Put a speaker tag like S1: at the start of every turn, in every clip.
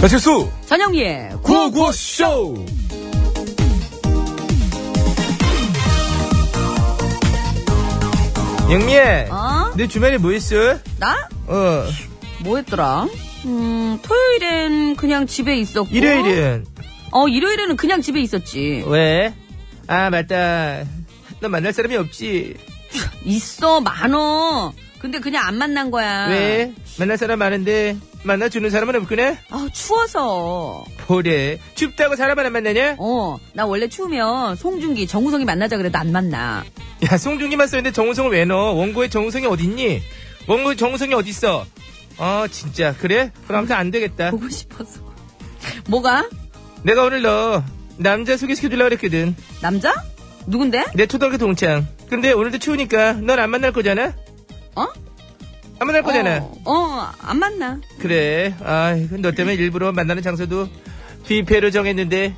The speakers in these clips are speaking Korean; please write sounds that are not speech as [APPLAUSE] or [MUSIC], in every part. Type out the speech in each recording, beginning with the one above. S1: 배칠수
S2: 전영미의 구호구
S1: 구호구쇼
S3: 영미야,
S2: 어?
S3: 너 주말에 뭐 했어?
S2: 나?
S3: 어,
S2: 뭐 했더라? 음, 토요일엔 그냥 집에 있었고.
S3: 일요일은
S2: 어, 일요일에는 그냥 집에 있었지.
S3: 왜? 아 맞다, 너 만날 사람이 없지.
S2: 있어, 많어. 근데 그냥 안 만난 거야.
S3: 왜? 만날 사람 많은데 만나주는 사람은 없구나.
S2: 아, 추워서.
S3: 보래, 춥다고 사람 하나 만나냐?
S2: 어, 나 원래 추우면 송중기, 정우성이 만나자 그래도 안 만나.
S3: 야, 송중기만 써있는데 정우성을 왜 넣어? 원고에 정우성이 어딨니? 원고에 정우성이 어딨어? 어, 진짜. 그래? 그럼 아무튼 안 되겠다.
S2: 보고 싶어서. 뭐가?
S3: 내가 오늘 너 남자 소개시켜주려고 그랬거든.
S2: 남자? 누군데?
S3: 내 초등학교 동창. 근데 오늘도 추우니까 넌 안 만날 거잖아?
S2: 어?
S3: 안 만날 거잖아.
S2: 어, 어, 안 만나.
S3: 그래. 아, 이건 너 때문에 일부러 만나는 장소도 뷔페로 정했는데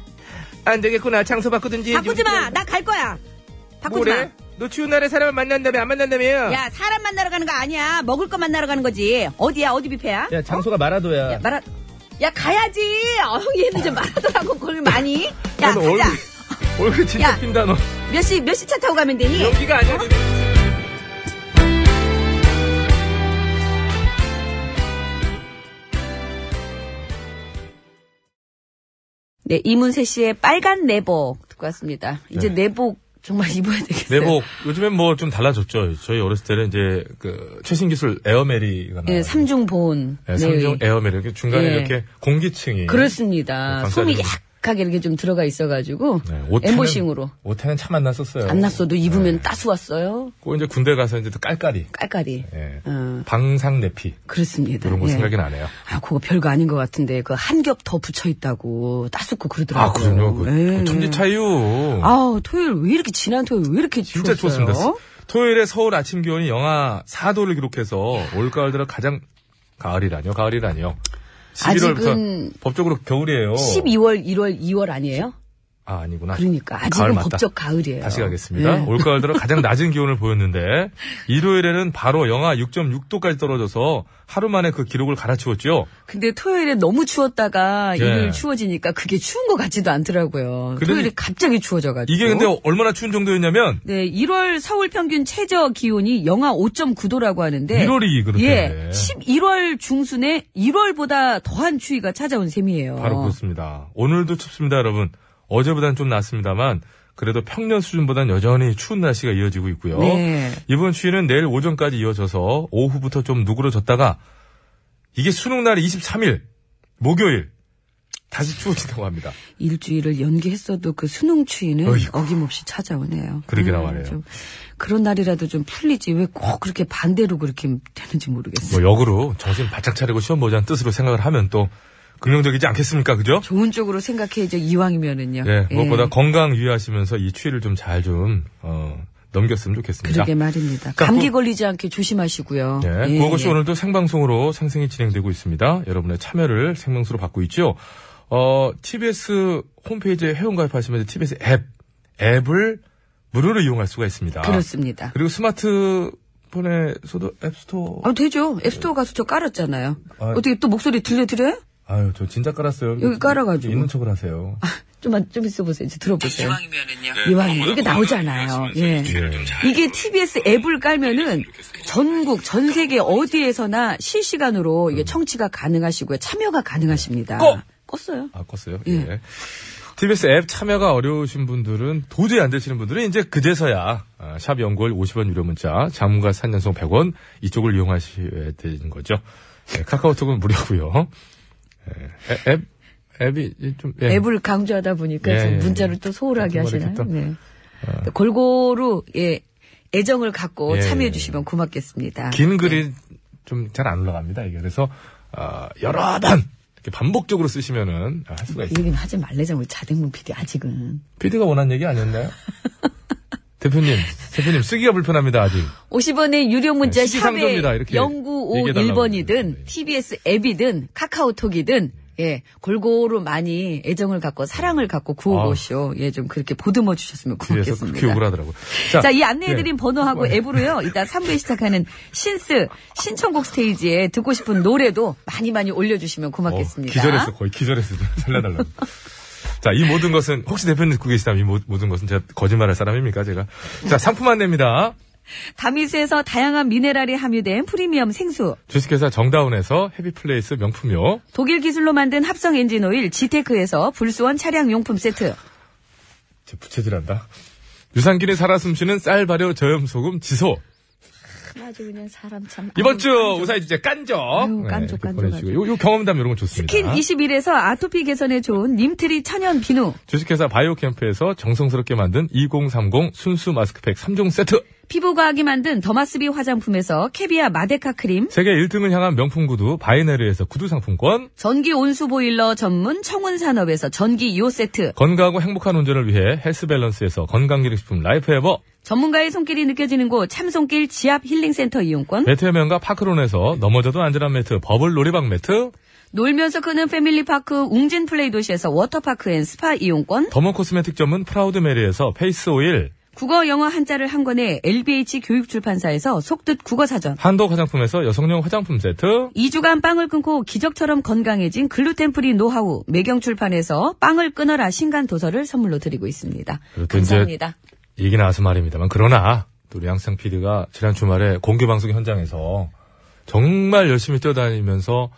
S3: 안 되겠구나. 장소 바꾸든지.
S2: 바꾸지 마! 나 갈 거야! 바꾸지
S3: 예, 뭐래? 너 추운 날에 사람을 만난다며 안 만난다며?
S2: 마! 야, 사람 만나러 가는 거 아니야. 먹을 거 만나러 가는 거지. 어디야? 어디 뷔페야?
S3: 야, 장소가 마라도야.
S2: 야, 말아. 야, 가야지! 어, 얘는 좀 말하더라고, 그걸 많이. 야,
S3: 너 얼굴,
S2: 가자.
S3: 얼굴 진짜
S2: 야.
S3: 핀다 너.
S2: 몇 시, 몇 시 차 타고 가면 되니?
S3: 연기가 아니야. 너네.
S2: 네, 이문세 씨의 빨간 내복 듣고 왔습니다. 이제 내복 정말 [LAUGHS] 입어야 되겠어요.
S1: 네. 내복 요즘엔 뭐 좀 달라졌죠 저희 어렸을 때는 이제 그 최신 기술 에어메리가
S2: 예,
S1: 나와요
S2: 삼중 보온.
S1: 네, 삼중
S2: 네.
S1: 에어메리 이렇게 중간에
S2: 예.
S1: 이렇게 공기층이
S2: 그렇습니다.
S1: 네,
S2: 솜이
S1: 감싸주고.
S2: 약하게 이렇게 좀 들어가 있어가지고
S1: 네,
S2: 엠보싱으로
S1: 오타는 참 안 났었어요
S2: 안 났어도
S1: 네.
S2: 입으면 따스웠어요.
S1: 꼭 이제 군대 가서 이제 또 깔깔이
S2: 깔깔이.
S1: 예.
S2: 어,
S1: 방상내피
S2: 그렇습니다.
S1: 이런 거
S2: 예.
S1: 생각이 나네요
S2: 아, 그거 별거 아닌 것 같은데 그 한 겹 더 붙여 있다고 따숩고 그러더라고요.
S1: 아 그럼요 그,
S2: 예.
S1: 그 천지 차이요
S2: 아우 토요일 왜 이렇게 지난 토요일 왜 이렇게 추웠어요?
S1: 진짜 추웠습니다. 토요일에 서울 아침 기온이 영하 4도를 기록해서 올가을 들어 가장 가을이라뇨, 가을이라뇨. 11월부터
S2: 아직은
S1: 법적으로 겨울이에요.
S2: 12월, 1월, 2월 아니에요?
S1: 아, 아니구나.
S2: 그러니까
S1: 가을
S2: 아직은
S1: 맞다.
S2: 법적 가을이에요.
S1: 다시 가겠습니다.
S2: 예.
S1: 올가을 들어 가장 낮은 기온을 보였는데 일요일에는 바로 영하 6.6도까지 떨어져서 하루 만에 그 기록을 갈아치웠죠.
S2: 근데 토요일에 너무 추웠다가
S1: 예.
S2: 일요일 추워지니까 그게 추운 것 같지도 않더라고요.
S1: 근데
S2: 토요일이 갑자기 추워져가지고.
S1: 이게 근데 얼마나 추운 정도였냐면
S2: 네, 1월 서울 평균 최저 기온이 영하 5.9도라고 하는데
S1: 1월이 그렇게
S2: 예, 11월 중순에 1월보다 더한 추위가 찾아온 셈이에요.
S1: 바로 그렇습니다. 오늘도 춥습니다, 여러분. 어제보다는 좀 낫습니다만 그래도 평년 수준보다는 여전히 추운 날씨가 이어지고 있고요.
S2: 네.
S1: 이번 추위는 내일 오전까지 이어져서 오후부터 좀 누그러졌다가 이게 수능 날이 23일 목요일 다시 추워진다고 합니다.
S2: 일주일을 연기했어도 그 수능 추위는
S1: 어이구.
S2: 어김없이 찾아오네요. 음,
S1: 그러게나 말이에요.
S2: 좀 그런 날이라도 좀 풀리지 왜 꼭 그렇게 반대로 그렇게 되는지 모르겠어요.
S1: 뭐 역으로 정신 바짝 차리고 시험 보자는 뜻으로 생각을 하면 또 긍정적이지 않겠습니까, 그죠?
S2: 좋은 쪽으로 생각해야죠. 이왕이면은요.
S1: 예, 무엇보다
S2: 예,
S1: 건강 유의하시면서 이 추위를 좀 잘 좀 어, 넘겼으면 좋겠습니다.
S2: 그러게 말입니다.
S1: 자,
S2: 감기
S1: 구-
S2: 걸리지 않게 조심하시고요.
S1: 예,
S2: 예,
S1: 구호고쇼
S2: 예.
S1: 오늘도 생방송으로 생생히 진행되고 있습니다. 여러분의 참여를 생명수로 받고 있죠. 어, TBS 홈페이지에 회원가입하시면 이제 TBS 앱, 앱을 무료로 이용할 수가 있습니다.
S2: 그렇습니다.
S1: 리고 스마트폰에서도 앱스토어.
S2: 아, 되죠. 앱스토어 가서 저 깔았잖아요.
S1: 아.
S2: 어떻게 또 목소리 들려드려요?
S1: 아유, 저 진짜 깔았어요.
S2: 여기 깔아가지고.
S1: 있는 척을 하세요.
S2: 좀만, 좀 있어보세요. 이제 들어보세요. 이왕이면은요. 이왕이면. 이게 나오잖아요. 예.
S1: 예.
S2: 이게 TBS 앱을 깔면은 전국, 전 세계 어디에서나 실시간으로 이게 청취가 가능하시고요. 참여가 가능하십니다.
S1: 음. 꺼!
S2: 껐어요.
S1: 아, 껐어요? 예. TBS 앱 참여가 어려우신 분들은 도저히 안 되시는 분들은 이제 그제서야 아, 샵 연구월 50원 유료 문자 장문과 3년송 100원 이쪽을 이용하셔야 되는 거죠. 예, 카카오톡은 무료고요. 예, 에- 앱 앱이 좀 예.
S2: 앱을 강조하다 보니까
S1: 예,
S2: 좀
S1: 예,
S2: 문자를
S1: 예.
S2: 또 소홀하게
S1: 좀
S2: 하시나요?
S1: 어렵겠다.
S2: 네. 골고루, 예, 애정을 갖고
S1: 예, 예.
S2: 참여해주시면 고맙겠습니다.
S1: 긴 글이
S2: 네.
S1: 좀 잘 안 올라갑니다. 이게 그래서 아, 여러 번 이렇게 반복적으로 쓰시면은 아, 할 수가
S2: 이
S1: 있습니다.
S2: 얘기는 하지 말래자, 우리 자댕문 PD, 아직은.
S1: PD가 원한
S2: [LAUGHS]
S1: 얘기 아니었나요? 대표님, 대표님 쓰기가 불편합니다 아직.
S2: 50원의 유료 문자
S1: 네,
S2: 샵에
S1: 시기상조입니다. 이렇게
S2: 0951번이든
S1: 얘기해달라고.
S2: TBS 앱이든 카카오톡이든 예, 골고루 많이 애정을 갖고 사랑을 갖고 구호고쇼. 예, 좀 그렇게 보듬어 주셨으면
S1: 아. 그래서
S2: 고맙겠습니다.
S1: 그렇게 욕을 하더라고요.
S2: 자, 이 안내해드린
S1: 예.
S2: 번호하고 앱으로요, 이따 3부에 시작하는 신스 신청곡 스테이지에 듣고 싶은 노래도 많이 많이 올려주시면 고맙겠습니다.
S1: 어, 기절했어, 거의 기절했어. [LAUGHS] 살려달라고. 자, 이 모든 것은, 혹시 대표님 듣고 계시다면 이 모, 모든 것은 제가 거짓말할 사람입니까, 제가?
S2: 네.
S1: 자, 상품 안내입니다.
S2: 다미수에서 다양한 미네랄이 함유된 프리미엄 생수,
S1: 주식회사 정다운에서 해비플레이스 명품요.
S2: 독일 기술로 만든 합성 엔진 오일 지테크에서 불수원 차량 용품 세트,
S1: 제 부채질한다. 유산균이 살아 숨쉬는 쌀 발효 저염 소금 지소.
S2: 아주 그냥 사람 참.
S1: 이번 주 우사의 주제 깐족.
S2: 음, 아유,
S1: 네,
S2: 깐족,
S1: 이렇게
S2: 깐족,
S1: 보내주시고.
S2: 깐족.
S1: 요, 요 경험담 이런 거 좋습니다.
S2: 스킨 21에서 아토피 개선에 좋은 님트리 천연 비누,
S1: 주식회사 바이오캠프에서 정성스럽게 만든 2030 순수 마스크팩 3종 세트.
S2: 피부과학이 만든 더마스비 화장품에서 캐비아 마데카 크림,
S1: 세계 1등을 향한 명품 구두 바이네르에서 구두 상품권.
S2: 전기 온수 보일러 전문 청운산업에서 전기 이오 세트,
S1: 건강하고 행복한 운전을 위해 헬스밸런스에서 건강기능식품 라이프에버.
S2: 전문가의 손길이 느껴지는 곳 참손길 지압 힐링센터 이용권,
S1: 매트 해면과 파크론에서 넘어져도 안전한 매트 버블 놀이방 매트.
S2: 놀면서 크는 패밀리파크 웅진 플레이 도시에서 워터파크 앤 스파 이용권,
S1: 더모 코스메틱 전문 프라우드 메리에서 페이스 오일.
S2: 국어 영어 한자를 한 권에 LBH 교육출판사에서 속뜻 국어사전,
S1: 한독 화장품에서 여성용 화장품 세트.
S2: 2주간 빵을 끊고 기적처럼 건강해진 글루텐프리 노하우 매경출판에서 빵을 끊어라 신간 도서를 선물로 드리고 있습니다.
S1: 그리고 또 이제
S2: 감사합니다.
S1: 얘기 나와서 말입니다만 그러나 또 우리 양상 PD가 지난 주말에 공개 방송 현장에서 정말 열심히 뛰어다니면서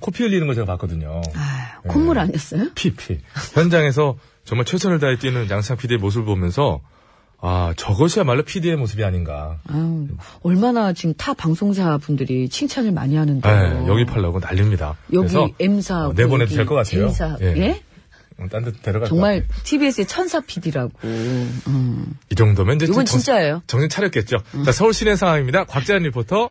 S1: 코피 흘리는 걸 제가 봤거든요.
S2: 아,
S1: 네.
S2: 콧물 아니었어요?
S1: 피피 현장에서 정말 최선을 다해 뛰는 양상 PD의 모습을 보면서 아 저것이야말로 PD의 모습이 아닌가.
S2: 아유, 얼마나 지금 타 방송사 분들이 칭찬을 많이 하는데.
S1: 네, 여기 팔라고 난립니다. 그래서
S2: 어. 여기 M사.
S1: 어, 내보내도 될 것 같아요.
S2: J사.
S1: 예.
S2: 예?
S1: 딴데 데려갈 것 [LAUGHS]
S2: 정말
S1: 같아요.
S2: TBS의 천사 PD라고.
S1: 이 정도면 이제
S2: 이건
S1: 좀 정-
S2: 진짜예요. 음.
S1: 정신 차렸겠죠. 자 서울 시내 상황입니다. 곽재한 리포터.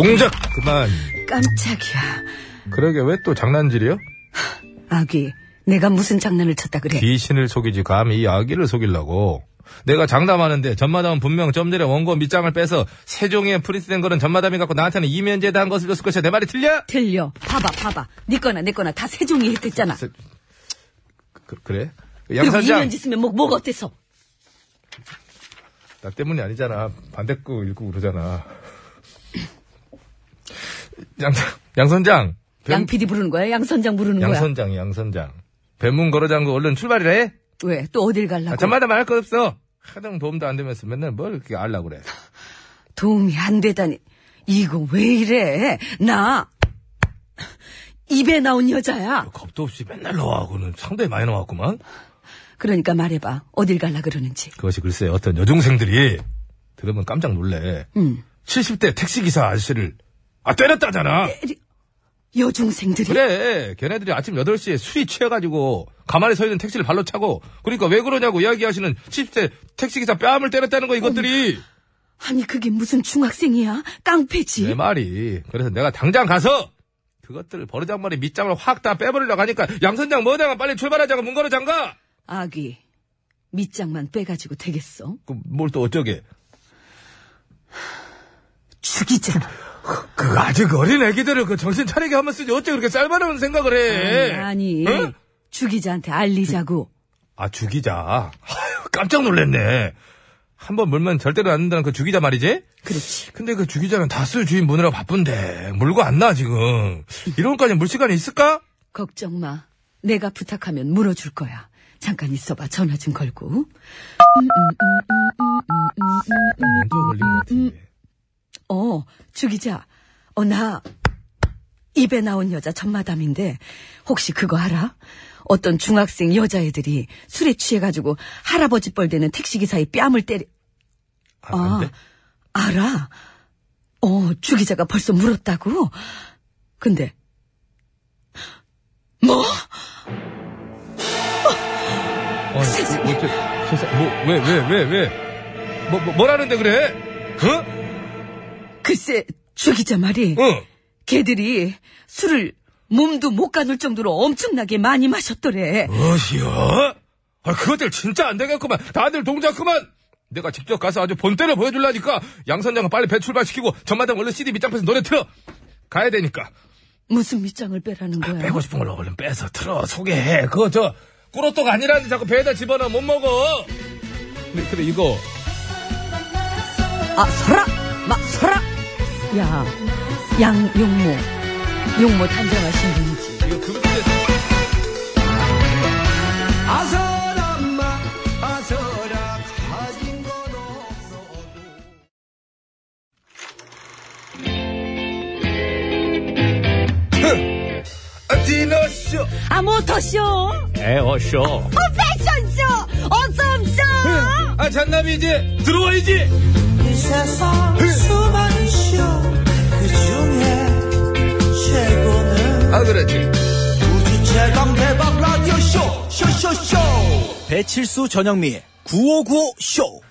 S1: 동작 그만.
S2: 깜짝이야.
S1: 그러게 왜 또 장난질이요?
S2: 아기, 내가 무슨 장난을 쳤다 그래.
S1: 귀신을 속이지 감히 이 아기를 속이려고. 내가 장담하는데 전마담은 분명 점 전에 원고 밑장을 빼서 세종이에 프린트된 거는 전마담이 갖고 나한테는 이면제다 한 것을 줬을 것이야. 내 말이 틀려?
S2: 들려. 봐봐, 봐봐. 네 거나 내 거나 다 세종이 했댔잖아.
S1: 세- 그, 래
S2: 그리고
S1: 양사장
S2: 이면지 쓰면 뭐, 뭐가 어때서?
S1: 나 때문이 아니잖아. 반대꾸 읽고 그러잖아. [CLEARS THROAT] 양 양선장
S2: 양 PD 부르는 거야? 양 선장 부르는 거야?
S1: 양선장이 양선장 배문 걸어장구 얼른 출발이라 해.
S2: 왜? 또 어딜 갈라고?
S1: 아, 전마다 말할 거 없어. 하등 도움도 안 되면서 맨날 뭘 이렇게 알라 그래.
S2: 도움이 안 되다니. 이거 왜 이래? 나 입에 나온 여자야.
S1: 겁도 없이 맨날 나와하고는 상당히 많이 나왔구만.
S2: 그러니까 말해봐. 어딜 갈라 그러는지.
S1: 그것이 글쎄 어떤 여중생들이 들으면 깜짝 놀래.
S2: 음.
S1: 70대 택시기사 아저씨를 아 때렸다잖아.
S2: 에리- 여중생들이
S1: 그래 걔네들이 아침 8시에 술이 취해가지고 가만히 서 있는 택시를 발로 차고 그러니까 왜 그러냐고 이야기하시는 70대 택시기사 뺨을 때렸다는 거 이것들이
S2: 아니 그게 무슨 중학생이야? 깡패지.
S1: 내 말이 그래서 내가 당장 가서 그것들 버르장머리 밑장을 확 다 빼버리려고 하니까 양선장 뭐장아 빨리 출발하자고 문 걸어 잠가
S2: 아기 밑장만 빼가지고 되겠어?
S1: 그 뭘 또 어쩌게
S2: 죽이잖아.
S1: 그 아직 어린 애기들을 그 정신 차리게 하면 쓰지 어째 그렇게 쌀바라는 생각을 해
S2: 아니, 아니.
S1: 응?
S2: 죽이자한테 알리자고.
S1: 아, 주기자. 아유, 깜짝 놀랐네. 한 번 물면 절대로 안 된다는 그 주기자 말이지?
S2: 그렇지.
S1: 근데 그 주기자는 다수 주인 무느라 바쁜데, 물고 안 나, 지금. 이런까지 물 시간이 있을까?
S2: 걱정 마. 내가 부탁하면 물어줄 거야. 잠깐 있어봐. 전화 좀 걸고.
S1: 먼저 걸린 것
S2: 음.
S1: 같은데.
S2: 어, 주기자. 어, 나, 입에 나온 여자 전마담인데, 혹시 그거 알아? 어떤 중학생 여자애들이 술에 취해가지고 할아버지 뻘 되는 택시기사의 뺨을 때려,
S1: 아, 안 돼?
S2: 알아. 어, 주기자가 벌써 물었다고? 근데, 뭐?
S1: 어,
S2: 아. 세상에.
S1: 뭐, 어째- 세상- 뭐, 왜, 왜, 왜, 왜? 뭐, 뭐, 뭐라는데 그래? 응?
S2: 글쎄, 주기자 말이,
S1: 응.
S2: 걔들이 술을 몸도 못 가눌 정도로 엄청나게 많이
S1: 어.
S2: 마셨더래.
S1: 어시여? 아, 그것들 진짜 안 되겠구만. 다들 동작 그만! 내가 직접 가서 아주 본때를 보여줄라니까! 양선장은 빨리 배 출발시키고, 전마당 얼른 CD 밑장에서 노래 틀어! 가야 되니까.
S2: 무슨 밑장을 빼라는 거야?
S1: 빼고 싶은 걸 얼른 빼서 틀어, 소개해. 그거 저, 꾸로또가 아니라는데 자꾸 배에다 집어넣어 못 먹어! 근데, 근데 이거,
S2: 아, 서라! 마, 서라! 야, 양용모. 용모 탄정하신 분이지.
S1: 이거 금지됐어.
S4: 아서람마 아서락 가진 건 없어도
S1: 아, 디너쇼!
S2: 아, 모터쇼!
S1: 에어쇼!
S2: 어, 패션쇼! 어썸쇼!
S1: 아, 잔남이 이제 들어와야지!
S4: 이 세상 수많은 쇼그 중에 최고는
S1: 아, 그렇지.
S4: 우주 최강 대박 라디오 쇼 쇼쇼쇼 배칠수 전영미 9595 쇼.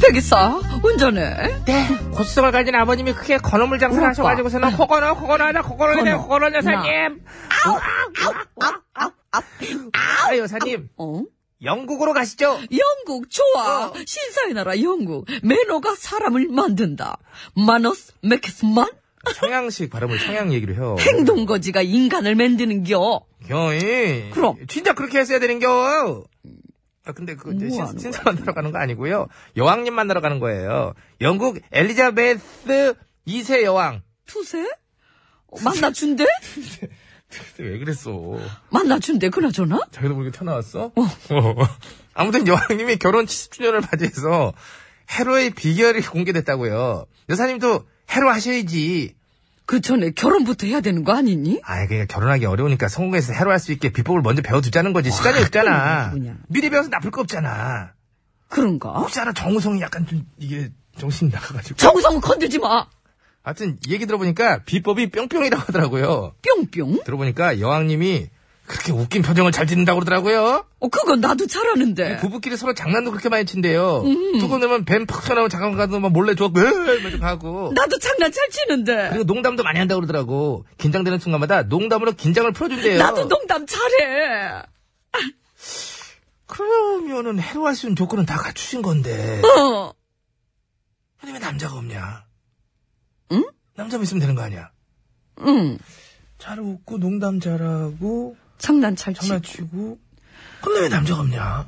S2: 백이사, 운전해.
S3: 네. 고수성을 가진 아버님이 크게 건어물 장사를
S2: 그러니까.
S3: 하셔가지고서는 호건어, 호건어 하나, 호건어 하나,
S2: 건어.
S3: 호건어
S2: 나.
S3: 여사님. 아우, 아우, 아우, 아우, 아우. 아, 여사님.
S2: 어?
S3: 영국으로 가시죠.
S2: 영국 좋아. 신사의 나라 영국. 매너가 사람을 만든다. 마너스 맥스만
S3: 청양식 발음을 청양 얘기를 해요.
S2: 행동거지가 인간을 만드는겨.
S3: 겨이.
S2: 그럼.
S3: 진짜 그렇게 했어야 되는겨. 아, 근데 그,
S2: 뭐
S3: 신,
S2: 하는
S3: 신사 만나러 가는 거 아니고요. 여왕님 만나러 가는 거예요. 영국 엘리자베스 2세 여왕.
S2: 투세? 어, 만나준대?
S1: 왜 그랬어?
S2: 만나준대 그나저나?
S1: 자기도 모르게 튀어나왔어? [LAUGHS] 아무튼 여왕님이 결혼 70주년을 맞이해서 해로의 비결이 공개됐다고요. 여사님도 해로 하셔야지.
S2: 그 전에 결혼부터 해야 되는 거 아니니?
S1: 아, 그냥 결혼하기 어려우니까 성공해서 해로 할 수 있게 비법을 먼저 배워두자는 거지. 시간이 없잖아.
S2: 그냥.
S1: 미리 배워서 나쁠 거 없잖아.
S2: 그런가?
S1: 혹시 알아, 정우성이 약간 좀 이게 정신 나가가지고.
S2: 정성 건들지 마.
S1: 하여튼 얘기 들어보니까 비법이 뿅뿅이라고 하더라고요.
S2: 뿅뿅.
S1: 들어보니까 여왕님이 그렇게 웃긴 표정을 잘 짓는다고 그러더라고요.
S2: 어, 그건 나도 잘하는데.
S1: 부부끼리 서로 장난도 그렇게 많이 친대요.
S2: 음.
S1: 두고 넣으면 뱀팍 쳐나오고 잠깐 가도 막 몰래 좋아, 네, 막 하고.
S2: 나도 장난 잘 치는데.
S1: 그리고 농담도 많이 한다고 그러더라고. 긴장되는 순간마다 농담으로 긴장을 풀어준대요.
S2: 나도 농담 잘해.
S1: 그러면은 해로할 수 있는 조건은 다 갖추신 건데.
S2: 어.
S1: 근데 왜 남자가 없냐?
S2: 응?
S1: 남자만 있으면 되는 거 아니야?
S2: 응.
S1: 잘 웃고 농담 잘하고
S2: 장난 잘 치.
S1: 장난치고. 근데 왜 남자가 없냐?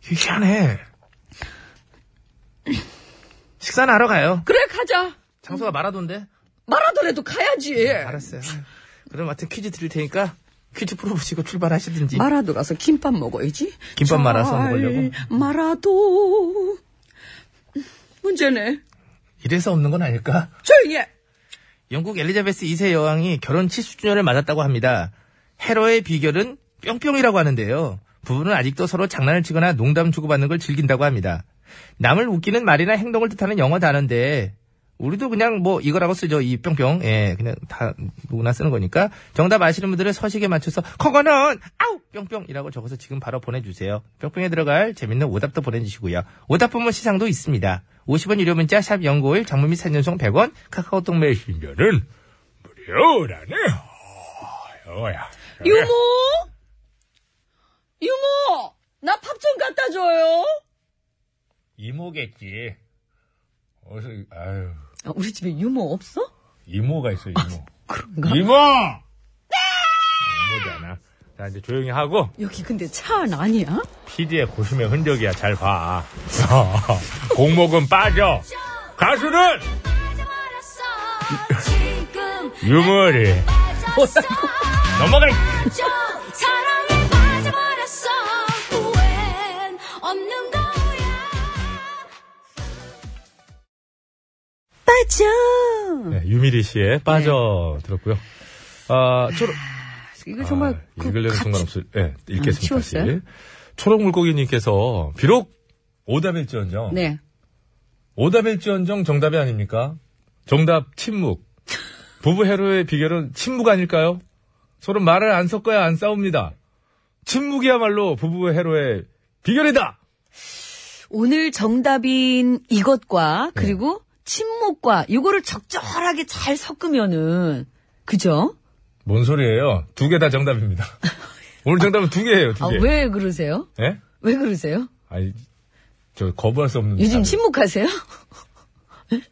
S1: 희한해. 식사는 하러 가요.
S2: 그래 가자.
S1: 장소가 마라돈데.
S2: 마라도라도 가야지.
S1: 알았어요. 그럼 하여튼 퀴즈 드릴 테니까 퀴즈 풀어보시고 출발하시든지.
S2: 마라도 가서 김밥 먹어야지.
S1: 김밥 말아서
S2: 잘
S1: 먹으려고?
S2: 마라도. 문제네. 예.
S1: 이래서 없는 건 아닐까?
S2: 조용히 해.
S1: 영국 엘리자베스 2세 여왕이 결혼 70주년을 맞았다고 합니다. 해로의 비결은 뿅뿅이라고 하는데요. 부부는 아직도 서로 장난을 치거나 농담 주고받는 걸 즐긴다고 합니다. 남을 웃기는 말이나 행동을 뜻하는 영어 단어인데 우리도 그냥 뭐 이거라고 쓰죠. 이 뿅뿅. 예, 그냥 다 누구나 쓰는 거니까 정답 아시는 분들은 서식에 맞춰서 그거는 아우 뿅뿅이라고 적어서 지금 바로 보내주세요. 뿅뿅에 들어갈 재밌는 오답도 보내주시고요. 오답 부문 시상도 있습니다. 50원 유료 문자 샵 연고일 장문 및 산연송 100원 카카오톡 메신저는 무료라네요. 영어야.
S2: 유모. 유모. 나 밥 좀 갖다 줘요.
S1: 이모겠지. 어서 아유
S2: 아, 우리 집에 유모 없어?
S1: 이모가 있어 이모.
S2: 아, 그런가?
S1: 이모. 이모잖아. 자 이제 조용히 하고
S2: 여기 근데 차 안 아니야?
S1: 피디의 고심의 흔적이야. 잘 봐. [LAUGHS] 공목은 빠져. 가수는
S5: 지금
S1: 유머리.
S5: 빠졌어
S1: 넘어갈.
S5: 저 사랑에 빠져버렸어 후엔 없는 거야
S2: 빠져. 음.
S1: 네, 유미리 씨의
S2: 네.
S1: 빠져 들었고요. 아, 초록.
S2: 이거 정말
S1: 아, 읽으려는 순간 없을. 예, 읽겠습니다.
S2: 그 아,
S1: 다시.
S2: 치웠어요?
S1: 초록 물고기님께서 비록 오답일지언정.
S2: 네.
S1: 오답일지언정 정답이 아닙니까? 정답 침묵. 부부 해로의 비결은 침묵 아닐까요? 서로 말을 안 섞어야 안 싸웁니다. 침묵이야말로 부부 해로의 비결이다!
S2: 오늘 정답인 이것과 그리고
S1: 네.
S2: 침묵과 요거를 적절하게 잘 섞으면은 그죠?
S1: 뭔 소리예요? 두 개 다
S2: [LAUGHS]
S1: 정답입니다. 오늘 정답은 두 개예요, 두
S2: 아,
S1: 개.
S2: 왜 그러세요?
S1: 예?
S2: 왜 그러세요?
S1: 아니, 저 거부할 수 없는. 아,
S2: 요즘
S1: 답이-
S2: 침묵하세요? [LAUGHS]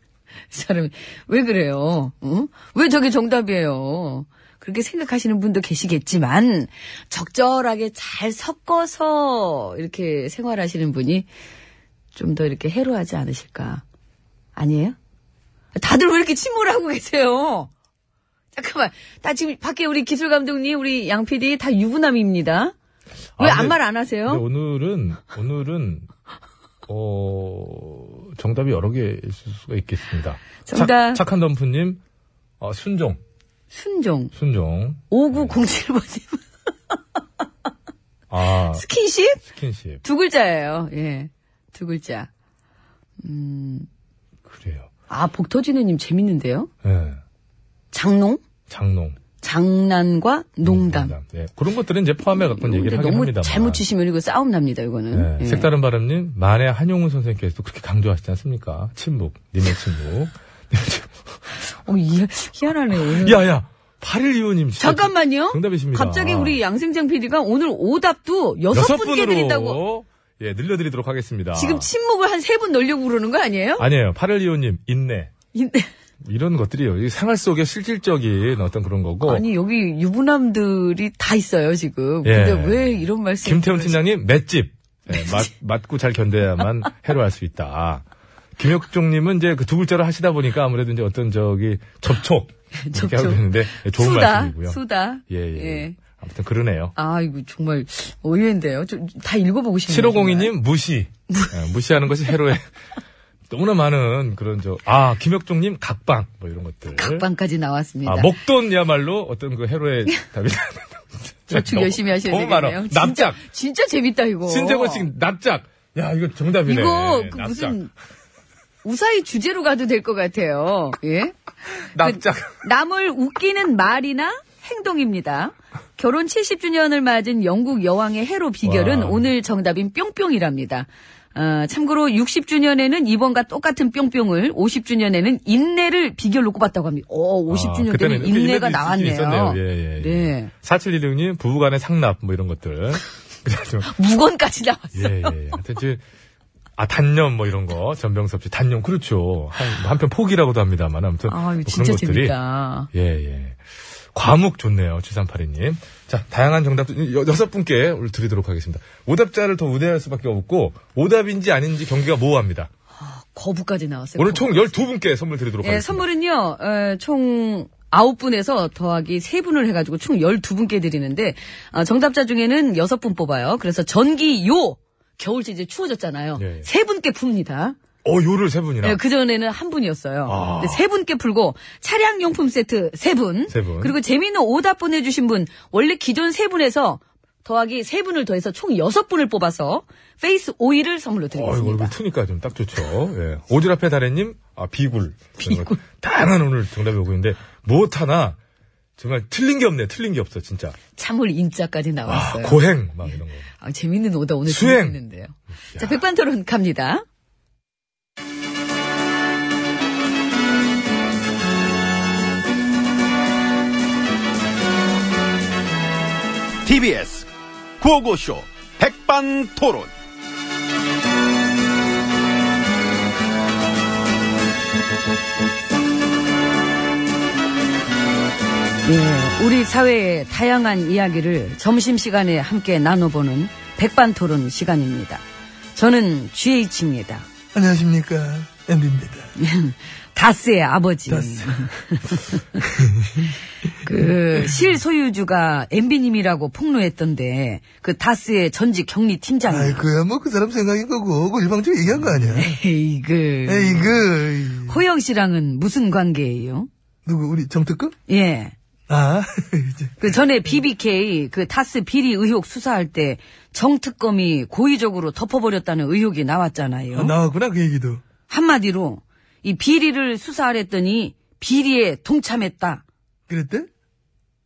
S2: 사람이 왜 그래요? 응? 왜 저게 정답이에요? 그렇게 생각하시는 분도 계시겠지만 적절하게 잘 섞어서 이렇게 생활하시는 분이 좀 더 이렇게 해로하지 않으실까? 아니에요? 다들 왜 이렇게 침몰을 하고 계세요? 잠깐만, 다 지금 밖에 우리 기술 감독님, 우리 양 PD 다 유부남입니다.
S1: 아,
S2: 왜
S1: 근데-
S2: 안 말 안
S1: 근데
S2: 하세요?
S1: 오늘은, 오늘은, 어, 정답이 여러 개 있을 수가 있겠습니다.
S2: 정답.
S1: 착, 한 덤프님, 어, 순종,
S2: 순종,
S1: 순종.
S2: 5907번님. [LAUGHS]
S1: 아,
S2: 스킨십?
S1: 스킨십.
S2: 두 글자예요. 예. 두 글자.
S1: 그래요.
S2: 아, 복터지네님 재밌는데요?
S1: 예.
S2: 장농?
S1: 장농.
S2: 장난과 농담.
S1: 예. 그런 것들은 이제 포함해 갖고 얘기를
S2: 근데
S1: 하긴
S2: 너무
S1: 합니다.
S2: 잘못 치시면 이거 싸움 납니다, 이거는. 예.
S1: 색다른 바람님, 만에 한용훈 선생님께서도 그렇게 강조하시지 않습니까? 침묵, 님의 침묵.
S2: 어, 이, 희한하네, 오늘.
S1: 야, 야! 8일 이호님 진짜.
S2: 잠깐만요.
S1: 정답이십니다. 아.
S2: 갑자기 우리 양생장 PD가 오늘 오답도 여섯 분께 드린다고.
S1: 예, 늘려드리도록 하겠습니다.
S2: 지금 침묵을 한 세 분 넣으려고 그러는 거 아니에요?
S1: 아니에요. 8일 이호님, 인내.
S2: 인데-
S1: 이런 것들이요. 이 생활 속의 실질적인 어떤 그런 거고.
S2: 아니, 여기 유부남들이 다 있어요, 지금.
S1: 예.
S2: 근데 왜 이런 말씀
S1: 김태훈 팀장님, 맷집. 예, 맞, 맞고 잘 견뎌야만 해로할 수 있다. 김혁종님은 이제 그 두 글자로 하시다 보니까 아무래도 이제 어떤 저기 접촉. 이렇게
S2: 접촉.
S1: 하고 있는데 네, 좋은
S2: 수다,
S1: 말씀이고요.
S2: 수다.
S1: 예, 예. 아무튼 그러네요.
S2: 아, 이거 정말 의외인데요. 좀, 다 읽어보고 싶네요.
S1: 7502님, 무시. 예, 무시하는 것이 해로의 [LAUGHS] 너무나 많은 그런 저, 아, 김혁종님, 각방. 뭐 이런 것들.
S2: 정말. 각방까지 나왔습니다.
S1: 아, 목돈이야말로 어떤
S2: [LAUGHS]
S1: 그 해로의 답이. [LAUGHS]
S2: 저축 열심히 하셔야
S1: 너무 많아.
S2: 되겠네요. 진짜-
S1: 납작.
S2: 진짜 재밌다, 이거.
S1: 신재권 씨 납작. 야 이거 정답이네.
S2: 어. 이거 그
S1: 납작.
S2: 무슨 우사히 주제로 가도 될 것 같아요. 예?
S1: 납작.
S2: 그 남을 웃기는 말이나 행동입니다. 결혼 70주년을 맞은 영국 여왕의 해로 비결은
S1: 와.
S2: 오늘 정답인 뿅뿅이랍니다. 아, 참고로 60주년에는 이번과 똑같은 뿅뿅을 50주년에는 인내를 비결로 꼽았다고 합니다. 오, 50주년
S1: 아, 그때는
S2: 되면 인내가
S1: 인내도 있-
S2: 나왔네요.
S1: 있었네요. 예, 예,
S2: 네.
S1: 예. 4716님 부부간의 상납 뭐 이런 것들. [LAUGHS] 그래서
S2: 무건까지 나왔어요.
S1: 예, 예. 하여튼 이제 아 단념 뭐 이런 거 전병섭 씨 단념 그렇죠. 한, 한편 포기라고도 합니다만 아무튼 뭐
S2: 아, 이거
S1: 그런
S2: 진짜
S1: 것들이
S2: 재밌다.
S1: 예, 예. 과묵 좋네요, 7382님. 자, 다양한 정답, 여- 여섯 분께 오늘 드리도록 하겠습니다. 오답자를 더 우대할 수밖에 없고, 오답인지 아닌지 경기가 모호합니다.
S2: 거부까지 나왔어요.
S1: 오늘
S2: 거부.
S1: 총 12분께 선물 드리도록
S2: 예,
S1: 하겠습니다.
S2: 선물은요, 어, 총 9분에서 더하기 3분을 해가지고 총 12분께 드리는데, 아, 정답자 중에는 6분 뽑아요. 그래서 전기 요! 겨울철 이제 추워졌잖아요.
S1: 예, 예.
S2: 세 분께 풉니다.
S1: 어, 요를 세 분이나.
S2: 예, 그전에는 한 분이었어요.
S1: 아.
S2: 근데 세 분께 풀고 차량 용품 세트 세 분.
S1: 세 분.
S2: 그리고 재미있는 오답 보내주신 분. 원래 기존 세 분에서 더하기 세 분을 더해서 총 여섯 분을 뽑아서 페이스 오일을 선물로
S1: 어, 이거
S2: 드리겠습니다.
S1: 얼굴 트니까 좀 딱 좋죠. 예. 오지랖의 달해님, 아, 비굴. 비굴. 다양한 오늘 정답이 오고 있는데, 무엇 하나, 정말 틀린 게 없네. 틀린 게 없어, 진짜.
S2: 참을 인자까지
S1: 아,
S2: 나왔어요.
S1: 고행, 막 이런 거.
S2: 아, 재밌는 오다 오늘
S1: 수행.
S2: 재밌는데요. 자, 백반 토론 갑니다.
S6: TBS 구호고쇼 백반토론.
S2: 예, 우리 사회의 다양한 이야기를 점심시간에 함께 나눠보는 백반 토론 시간입니다. 저는 GH입니다.
S7: 안녕하십니까. 엠비입니다.
S2: 다스의 아버지. [LAUGHS] 그, 실소유주가 MB님이라고 폭로했던데, 그 다스의 전직 격리
S7: 아이,
S2: 팀장님.
S7: 그야 뭐 그 사람 생각인 거고, 그 일방적으로 얘기한 거 아니야.
S2: 에이, 그,
S7: 에이, 그,
S2: 호영 씨랑은 무슨 관계예요?
S7: 누구, 우리 정특급?
S2: 예.
S7: 아, [LAUGHS] 이제.
S2: 그 전에 BBK 그 타스 비리 의혹 수사할 때 정특검이 고의적으로 덮어버렸다는 의혹이 나왔잖아요.
S7: 아, 나왔구나, 그 얘기도.
S2: 한마디로 이 비리를 수사하랬더니 비리에 동참했다.
S7: 그랬대?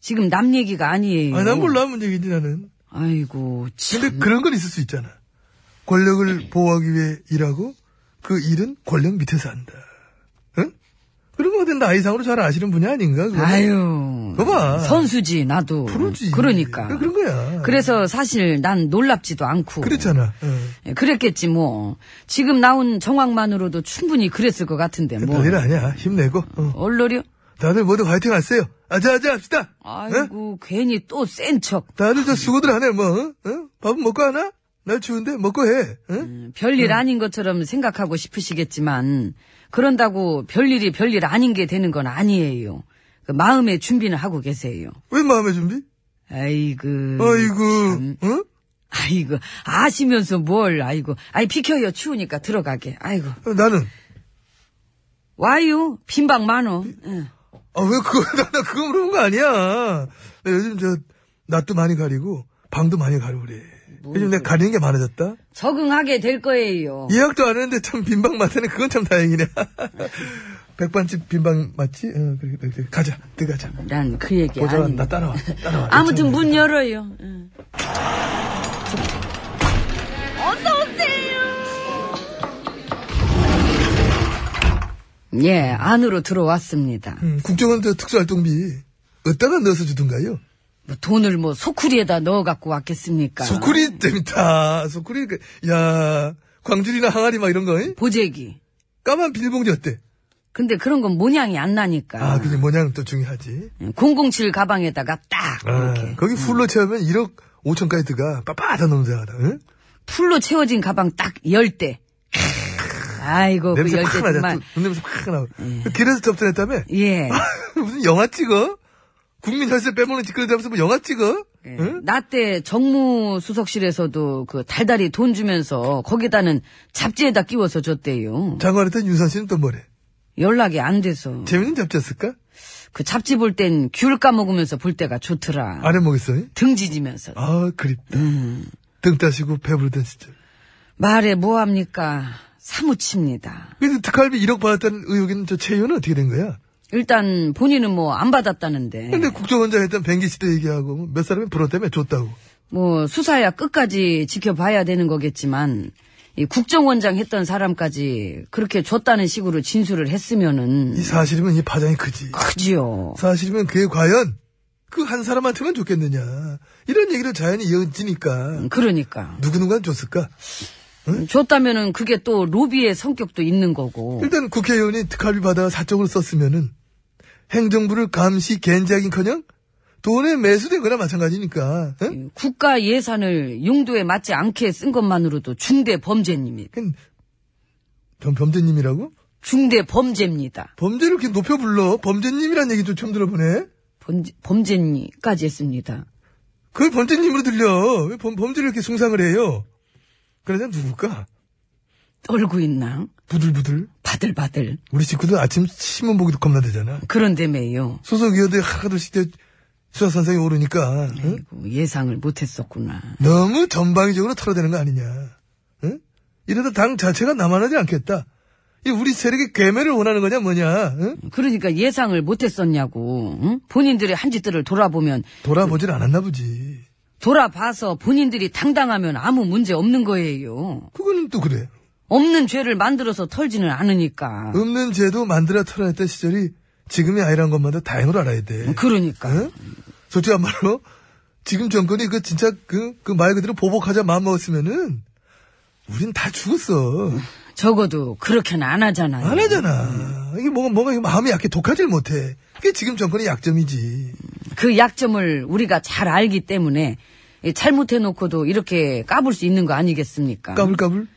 S2: 지금 남 얘기가 아니에요.
S7: 아, 난 몰라, 뭔 얘기인지 나는.
S2: 아이고, 참.
S7: 근데 그런 건 있을 수 있잖아. 권력을 보호하기 위해 일하고 그 일은 권력 밑에서 한다. 응? 그런 거 어떤 나이상으로 잘 아시는 분이 아닌가? 그거는?
S2: 아유.
S7: 그거 봐.
S2: 선수지, 나도.
S7: 프로지.
S2: 그러니까.
S7: 그런 거야.
S2: 그래서 뭐. 사실 난 놀랍지도 않고. 예,
S7: 그랬잖아. 어.
S2: 그랬겠지, 뭐. 지금 나온 정황만으로도 충분히 그랬을 것 같은데,
S7: 그
S2: 뭐.
S7: 별일 아니야. 힘내고. 어.
S2: 얼러려?
S7: 다들 모두 화이팅 하세요. 아자아자 합시다. 응?
S2: 아이고, 괜히 또 센 척.
S7: 다들 저 수고들 하네, 뭐. 응? 응? 밥은 먹고 하나? 날 추운데 먹고 해. 어? 응?
S2: 별일 아닌 것처럼 생각하고 싶으시겠지만, 그런다고 별일이 별일 아닌 게 되는 건 아니에요. 그 마음의 준비는 하고 계세요.
S7: 왜 마음의 준비?
S2: 아이고.
S7: 아이고. 어? 응?
S2: 아이고, 아시면서 뭘, 아이고. 아이, 비켜요. 추우니까 들어가게. 아이고.
S7: 어, 나는.
S2: 와요. 빈방 많어. 응.
S7: 아, 왜 그거, [LAUGHS] 나, 나 그거 물어본 거 아니야. 나 요즘 저, 낯도 많이 가리고, 방도 많이 가리고 그래. 요즘 내가 가리는 게 많아졌다?
S2: 어. 적응하게 될 거예요.
S7: 예약도 안 했는데 참 빈방 많다네. 그건 참 다행이네. [LAUGHS] 백반집 빈방 맞지? 어, 그래, 그래, 그래. 가자. 들어가자.
S2: 난 그 얘기
S7: 보자.
S2: 아니.
S7: 나 따라와. 따라와.
S2: 아무튼 문 열어요. 예. 응. 어서 오세요. 예, 안으로 들어왔습니다.
S7: 음, 국정원 저 특수활동비, 어디다가 넣어서 주던가요?
S2: 뭐 돈을 뭐 소쿠리에다 넣어 갖고 왔겠습니까?
S7: 소쿠리 재밌다. 소쿠리, 그, 야 광주리나 항아리 막 이런 거, 잉?
S2: 보재기.
S7: 까만 비닐봉지 어때?
S2: 근데 그런 건 모양이 안 나니까.
S7: 아, 그게 뭐냐는 또 중요하지.
S2: 007 가방에다가 딱
S7: 아,
S2: 이렇게 음.
S7: 거기 훌로 채우면 1억 5천까지 들어가. 빠빠하다 놈자다 응?
S2: 풀로 채워진 가방 딱 열 대. 아이고 그
S7: 냄새
S2: 열 대
S7: 팍 나잖아.
S2: 정말.
S7: 눈 냄새 팍 나고. 그 길에서 접전했다며? 아,
S2: 예.
S7: [LAUGHS] 무슨 영화 찍어? 국민 혈세 빼먹는 짓거리 잡면서뭐 영화 찍어?
S2: 예.
S7: 응?
S2: 나 때 정무수석실에서도 그 달달이 돈 주면서 거기다는 잡지에다 끼워서 줬대요.
S7: 장관한테 윤선 씨는 또 뭐래?
S2: 연락이 안 돼서.
S7: 재밌는 잡지였을까?
S2: 그 잡지 볼 땐 귤 까먹으면서 볼 때가 좋더라.
S7: 안 해먹었어. 잉?
S2: 등지지면서.
S7: 아, 그립다.
S2: 음.
S7: 등 따시고 배부르던 시절.
S2: 말해 뭐합니까? 사무칩니다.
S7: 근데 특활비 1억 받았다는 의혹에는 저 최윤은 어떻게 된 거야?
S2: 일단 본인은 뭐 안 받았다는데.
S7: 근데 국정원장 했던 뱅기 씨도 얘기하고 뭐몇 사람이 불어 때문에 줬다고.
S2: 뭐 수사야 끝까지 지켜봐야 되는 거겠지만 이 국정원장 했던 사람까지 그렇게 줬다는 식으로 진술을 했으면은
S7: 이 사실이면 이 파장이 크지.
S2: 크지요.
S7: 사실이면 그게 과연 그 한 사람한테만 줬겠느냐. 이런 얘기를 자연히 이어지니까
S2: 그러니까
S7: 누구누구한 줬을까?
S2: 줬다면은 그게 또 로비의 성격도 있는 거고
S7: 일단 국회의원이 특활비 받아 사적으로 썼으면은 행정부를 감시 겐지하긴커녕 돈에 매수된 거나 마찬가지니까. 응?
S2: 국가 예산을 용도에 맞지 않게 쓴 것만으로도 중대 범죄입니다.
S7: 그건 전 범죄님이라고?
S2: 중대 범죄입니다.
S7: 범죄를 이렇게 높여 불러 범죄님이란 얘기 좀 처음 들어보네.
S2: 범죄, 범죄니까지 했습니다.
S7: 그걸 범죄님으로 들려. 왜 범, 범죄를 이렇게 숭상을 해요? 그러자 누굴까?
S2: 떨고 있나?
S7: 부들부들.
S2: 바들바들.
S7: 우리 식구들 아침 신문 보기도 겁나대잖아.
S2: 그런데매요.
S7: 소속 의원들 하나둘씩 이제 수사 선생이 오르니까 응?
S2: 아이고, 예상을 못했었구나.
S7: 너무 전방위적으로 털어대는 거 아니냐. 응? 이러다 당 자체가 남아나지 않겠다. 이 우리 세력의 괴멸을 원하는 거냐 뭐냐. 응?
S2: 그러니까 예상을 못했었냐고. 응? 본인들의 한 짓들을 돌아보면
S7: 돌아보질 않았나 보지.
S2: 돌아봐서 본인들이 당당하면 아무 문제 없는 거예요.
S7: 그거는 또 그래.
S2: 없는 죄를 만들어서 털지는 않으니까.
S7: 없는 제도 만들어 털어냈던 시절이 지금이 아니란 것마다 다행으로 알아야 돼.
S2: 그러니까
S7: 응? 솔직한 말로 지금 정권이 그 진짜 그 그 말 그대로 보복하자 마음 먹었으면은 우린 다 죽었어.
S2: 적어도 그렇게는 안 하잖아요.
S7: 안 하잖아. 이게 뭔가 뭔가 이게 마음이 약해 독하질 못해. 그게 지금 정권의 약점이지.
S2: 그 약점을 우리가 잘 알기 때문에 이 잘못해놓고도 이렇게 까불 수 있는 거 아니겠습니까? 예,
S7: 까불까불.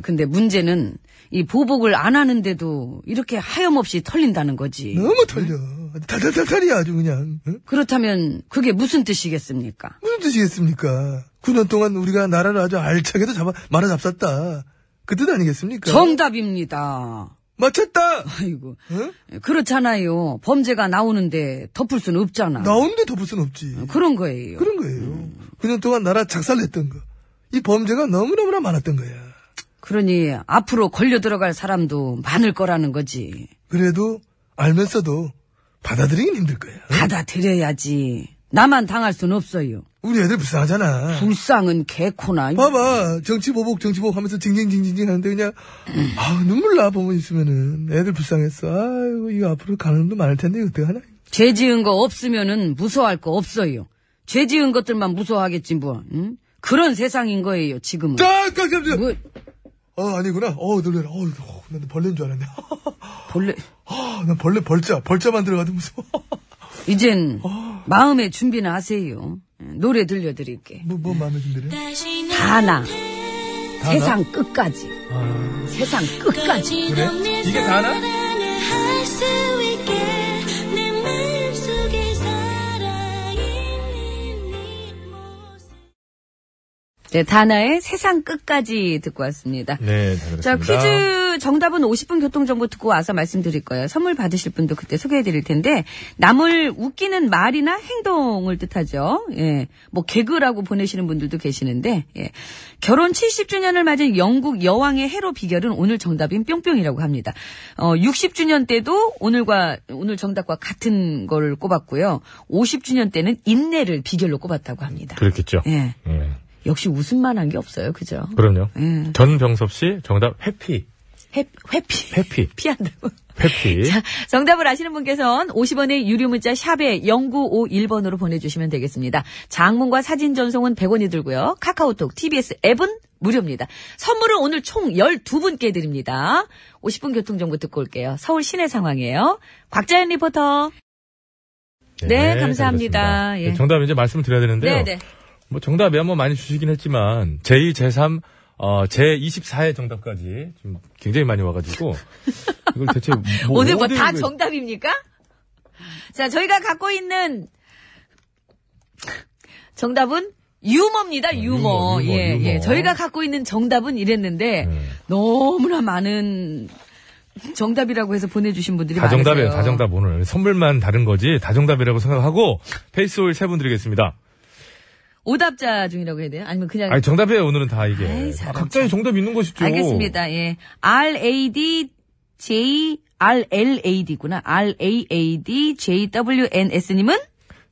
S2: 근데 문제는 이 보복을 안 하는데도 이렇게 하염없이 털린다는 거지.
S7: 너무 털려. 탈탈탈탈이야 아주 그냥. 응?
S2: 그렇다면 그게 무슨 뜻이겠습니까?
S7: 무슨 뜻이겠습니까? 9년 동안 우리가 나라를 아주 알차게도 잡아 말아 잡쌌다. 그 뜻 아니겠습니까?
S2: 정답입니다.
S7: 맞췄다.
S2: 아이고. 예,
S7: 응?
S2: 그렇잖아요. 범죄가 나오는데 덮을 수는 없잖아.
S7: 나오는데 덮을 순 없지.
S2: 아, 그런 거예요. 음.
S7: 그런 거예요. 9년 동안 나라 작살냈던 거. 이 범죄가 너무너무나 많았던 거야.
S2: 그러니 앞으로 걸려 들어갈 사람도 많을 거라는 거지.
S7: 그래도 알면서도 받아들이긴 힘들 거야.
S2: 받아들여야지. 나만 당할 순 없어요.
S7: 우리 애들 불쌍하잖아.
S2: 불쌍은 개코나.
S7: 봐봐 정치 보복 정치 보복 하면서 징징징징징 하는데 그냥 아 눈물 나 보면 있으면은 애들 불쌍했어 아이고 이거 앞으로 가는 놈도 많을 텐데 그때 하나
S2: 죄 지은 거 없으면은 무서워할 거 없어요. 죄 지은 것들만 무서워하겠지 뭐. 응? 그런 세상인 거예요 지금은.
S7: 아 깜짝이야
S2: 뭐
S7: 어 아니구나 어 놀래라 어 나도 벌레인 줄 알았네 [LAUGHS]
S2: 벌레.
S7: 아난 벌레 벌자 벌자만 들어가도 무서워 [LAUGHS]
S2: 이젠 마음의 준비나 하세요. 예, 노래 들려드릴게.
S7: 뭐, 뭐 마음에 든대래
S2: 다나. 아. 세상 끝까지. 세상 끝까지.
S5: 그래?
S3: 이게 다나?
S2: 네, 다나의 세상 끝까지 듣고 왔습니다.
S1: 네, 잘
S2: 자,
S1: 들었습니다.
S2: 퀴즈 정답은 50분 교통정보 듣고 와서 말씀드릴 거예요. 선물 받으실 분도 그때 소개해 드릴 텐데, 남을 웃기는 말이나 행동을 뜻하죠. 예. 뭐, 개그라고 보내시는 분들도 계시는데, 예. 결혼 70주년을 맞은 영국 여왕의 해로 비결은 오늘 정답인 뿅뿅이라고 합니다. 어, 60주년 때도 오늘과, 오늘 정답과 같은 걸 꼽았고요. 50주년 때는 인내를 비결로 꼽았다고 합니다.
S1: 그렇겠죠.
S2: 예.
S1: 예.
S2: 역시 웃음만 한 게 없어요. 그죠?
S1: 그럼요.
S2: 예.
S1: 전병섭 씨 정답 회피.
S2: 회, 회피.
S1: 회피.
S2: 피한다고. [LAUGHS]
S1: 회피.
S2: 자, 정답을 아시는 분께서는 50원의 유료 문자 샵에 0951번으로 보내주시면 되겠습니다. 장문과 사진 전송은 100원이 들고요. 카카오톡, TBS 앱은 무료입니다. 선물을 오늘 총 12분께 드립니다. 50분 교통정보 듣고 올게요. 서울 시내 상황이에요. 곽자연 리포터. 네, 감사합니다.
S1: 잘 들었습니다. 네,
S2: 예.
S1: 정답 이제 말씀을 드려야 되는데요.
S2: 네네.
S1: 뭐 정답이야 뭐 많이 주시긴 했지만 제2, 제3, 어, 제24의 정답까지 좀 굉장히 많이 와가지고 이걸 대체 뭐
S2: [LAUGHS] 오늘 뭐
S1: 어디에
S2: 다
S1: 이거-
S2: 정답입니까? 자, 저희가 갖고 있는 정답은 유머입니다, 유머.
S1: 아, 유머, 유머,
S2: 예,
S1: 유머. 네.
S2: 예. 저희가 갖고 있는 정답은 이랬는데, 너무나 많은 정답이라고 해서 보내주신 분들이
S1: 다 정답이에요,
S2: 많으세요.
S1: 다 정답 오늘 선물만 다른 거지 다 정답이라고 생각하고 페이스홀 세 분 드리겠습니다.
S2: 오답자 중이라고 해야 돼요? 아니면 그냥.
S1: 아니 정답이에요 오늘은 다 이게
S2: 네. 아이, 사람
S1: 아, 각자의 정답 있는 것이죠.
S2: 알겠습니다, 예. RAD, J, RLAD구나. RAAD, JWNS님은?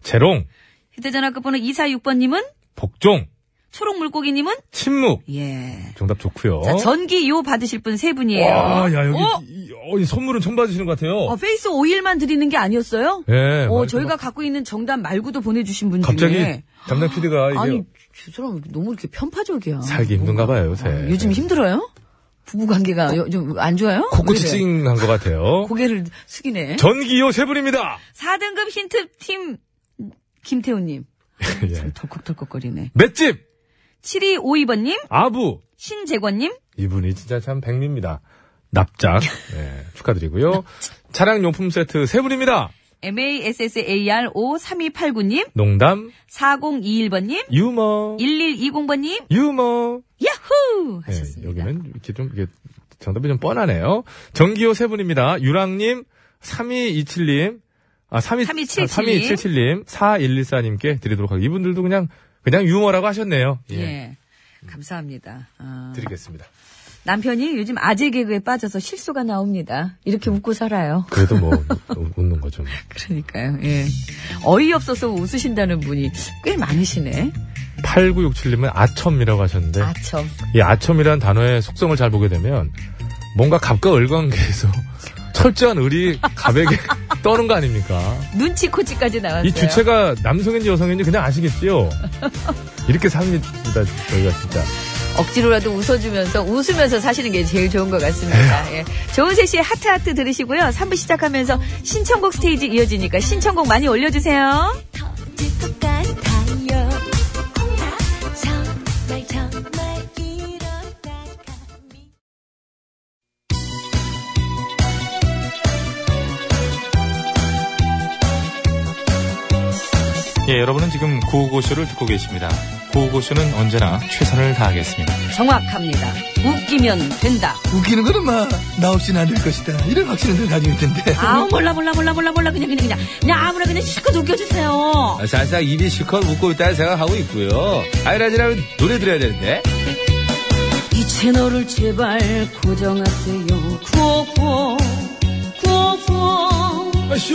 S1: 재롱,
S2: 휴대전화 끝번호 246번님은?
S1: 복종,
S2: 초록 물고기님은
S1: 침묵
S2: 예.
S1: 정답 좋고요.
S2: 자, 전기요 받으실 분 세 분이에요.
S1: 어? 와, 야 여기
S2: 어?
S1: 이- 어, 이 선물은 처음 받으시는 것 같아요.
S2: 어, 페이스 오일만 드리는 게 아니었어요?
S1: 예,
S2: 어,
S1: 막-
S2: 저희가 갖고 있는 정답 말고도 보내주신 분
S1: 갑자기
S2: 중에.
S1: 담당 PD가 이게
S2: 아니, 저 사람 너무 이렇게 편파적이야.
S1: 살기 힘든가 봐요 요새.
S2: 어, 요즘 힘들어요? 부부관계가 좀 안 좋아요? 왜 이래요?
S1: 코코치찡한 것 같아요.
S2: 고개를 숙이네.
S1: 전기요 세 분입니다.
S2: [LAUGHS] 4등급 힌트 팀, 김태훈님.
S1: 예.
S2: 덜컥덜컥거리네.
S1: 맷집
S2: 7252번님,
S1: 아부
S2: 신재권님,
S1: 이분이 진짜 참 백미입니다.
S2: [LAUGHS]
S1: 납작 예, 축하드리고요. 차량 용품 세트 세 분입니다.
S2: MASSAR53289님,
S1: 농담
S2: 4021번님,
S1: 유머
S2: 1120번님,
S1: 유머.
S2: 야호!
S1: 예,
S2: 하셨습니다.
S1: 여기는 이렇게 좀 이게 정답이 좀 뻔하네요. 전기요 세 분입니다. 유랑님 3227님 아, 3 2
S2: 3277 님.
S1: 3277님, 4114님께 드리도록 하겠습니다. 이분들도 그냥, 그냥 유머라고 하셨네요.
S2: 예.
S1: 예.
S2: 감사합니다. 아,
S1: 드리겠습니다.
S2: 남편이 요즘 아재 개그에 빠져서 실수가 나옵니다. 이렇게 웃고 살아요. [LAUGHS]
S1: 그래도 뭐, 웃- 웃는 거죠. 뭐.
S2: 그러니까요. 예. 어이없어서 웃으신다는 분이 꽤 많으시네.
S1: 8967님은 아첨이라고 하셨는데,
S2: 아첨.
S1: 이 아첨이라는 단어의 속성을 잘 보게 되면, 뭔가 갑과 을 관계에서 [LAUGHS] 철저한 을이 갑에게 [LAUGHS] 떠는 거 아닙니까?
S2: 눈치 코치까지 나왔어요.
S1: 이 주체가 남성인지 여성인지 그냥 아시겠지요? 이렇게 삽니다, 저희가 진짜.
S2: 억지로라도 웃어주면서 웃으면서 사시는 게 제일 좋은 것 같습니다. 예. 좋은 세시의 하트하트 들으시고요. 3부 시작하면서 신청곡 스테이지 이어지니까 신청곡 많이 올려주세요.
S3: 예, 여러분은 지금 구호고쇼를 듣고 계십니다. 구호고쇼는 언제나 최선을 다하겠습니다.
S2: 정확합니다. 웃기면 된다.
S7: 웃기는 거는 막나 없이는 안 될 것이다 이런 확신을 늘 가지고 있던데
S2: 아 몰라 몰라 몰라 몰라 몰라 그냥 그냥 그냥 그냥 아무나 그냥 실컷 웃겨주세요.
S3: 살짝 입이 실컷 웃고 있다는 생각하고 있고요. 아이라지라면 노래 들어야 되는데.
S2: 이 채널을 제발 고정하세요. 구호구호 구호구호
S7: 아쇼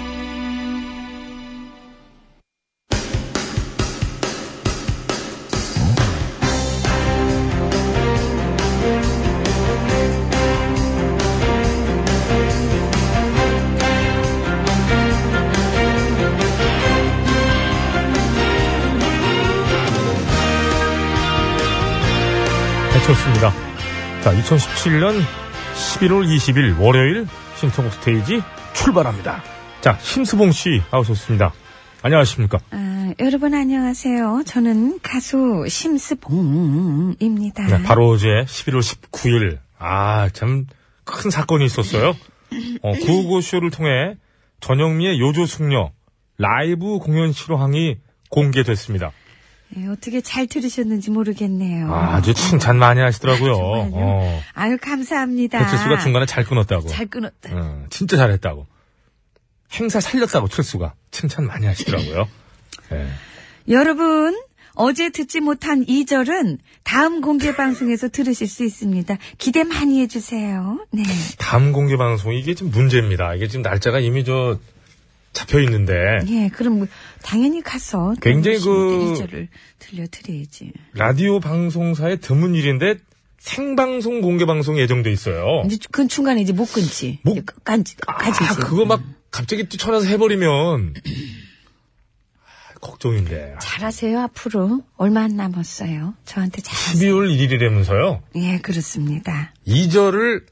S1: 배쳤습니다. 자, 2017년 11월 20일 월요일 신청곡 스테이지 출발합니다. 자, 심수봉 씨 나오셨습니다. 안녕하십니까?
S2: 아, 여러분 안녕하세요. 저는 가수 심스봉입니다.
S1: 네, 바로 어제 11월 19일. 아, 참 큰 사건이 있었어요. 어, 구호고쇼를 통해 전영미의 요조숙녀 라이브 공연 실황이 공개됐습니다.
S2: 예, 어떻게 잘 들으셨는지 모르겠네요.
S1: 아, 주 칭찬 많이 하시더라고요.
S2: 아, 정말요?
S1: 어,
S2: 아유, 감사합니다.
S1: 배칠수가 중간에 잘 끊었다고.
S2: 잘 끊었다.
S1: 어, 진짜 잘했다고. 행사 살렸다고 철수가 칭찬 많이 하시더라고요. 예.
S2: 여러분, 어제 듣지 못한 이절은 다음 공개 방송에서 들으실 수 있습니다. 기대 많이 해주세요. 네.
S1: 다음 공개 방송 이게 지금 문제입니다. 이게 지금 날짜가 이미 저 잡혀 있는데
S2: 예, 그럼 뭐 당연히 가서
S1: 네. 굉장히 그-
S2: 이절을 들려드려야지.
S1: 라디오 방송사의 드문 일인데 생방송 공개 방송 예정돼 있어요.
S2: 근데 그건 중간에 이제 못 끊지.
S1: 못-
S2: 이제 끝까지,
S1: 아,
S2: 끝까지. 이제.
S1: 그거 막 갑자기 뛰쳐나서 해버리면 [CLEARS THROAT] 아, 걱정인데.
S2: 잘하세요, 앞으로. 얼마 안 남았어요. 저한테 잘하세요.
S1: 12월 1일이라면서요.
S2: 예, 그렇습니다.
S1: 2절을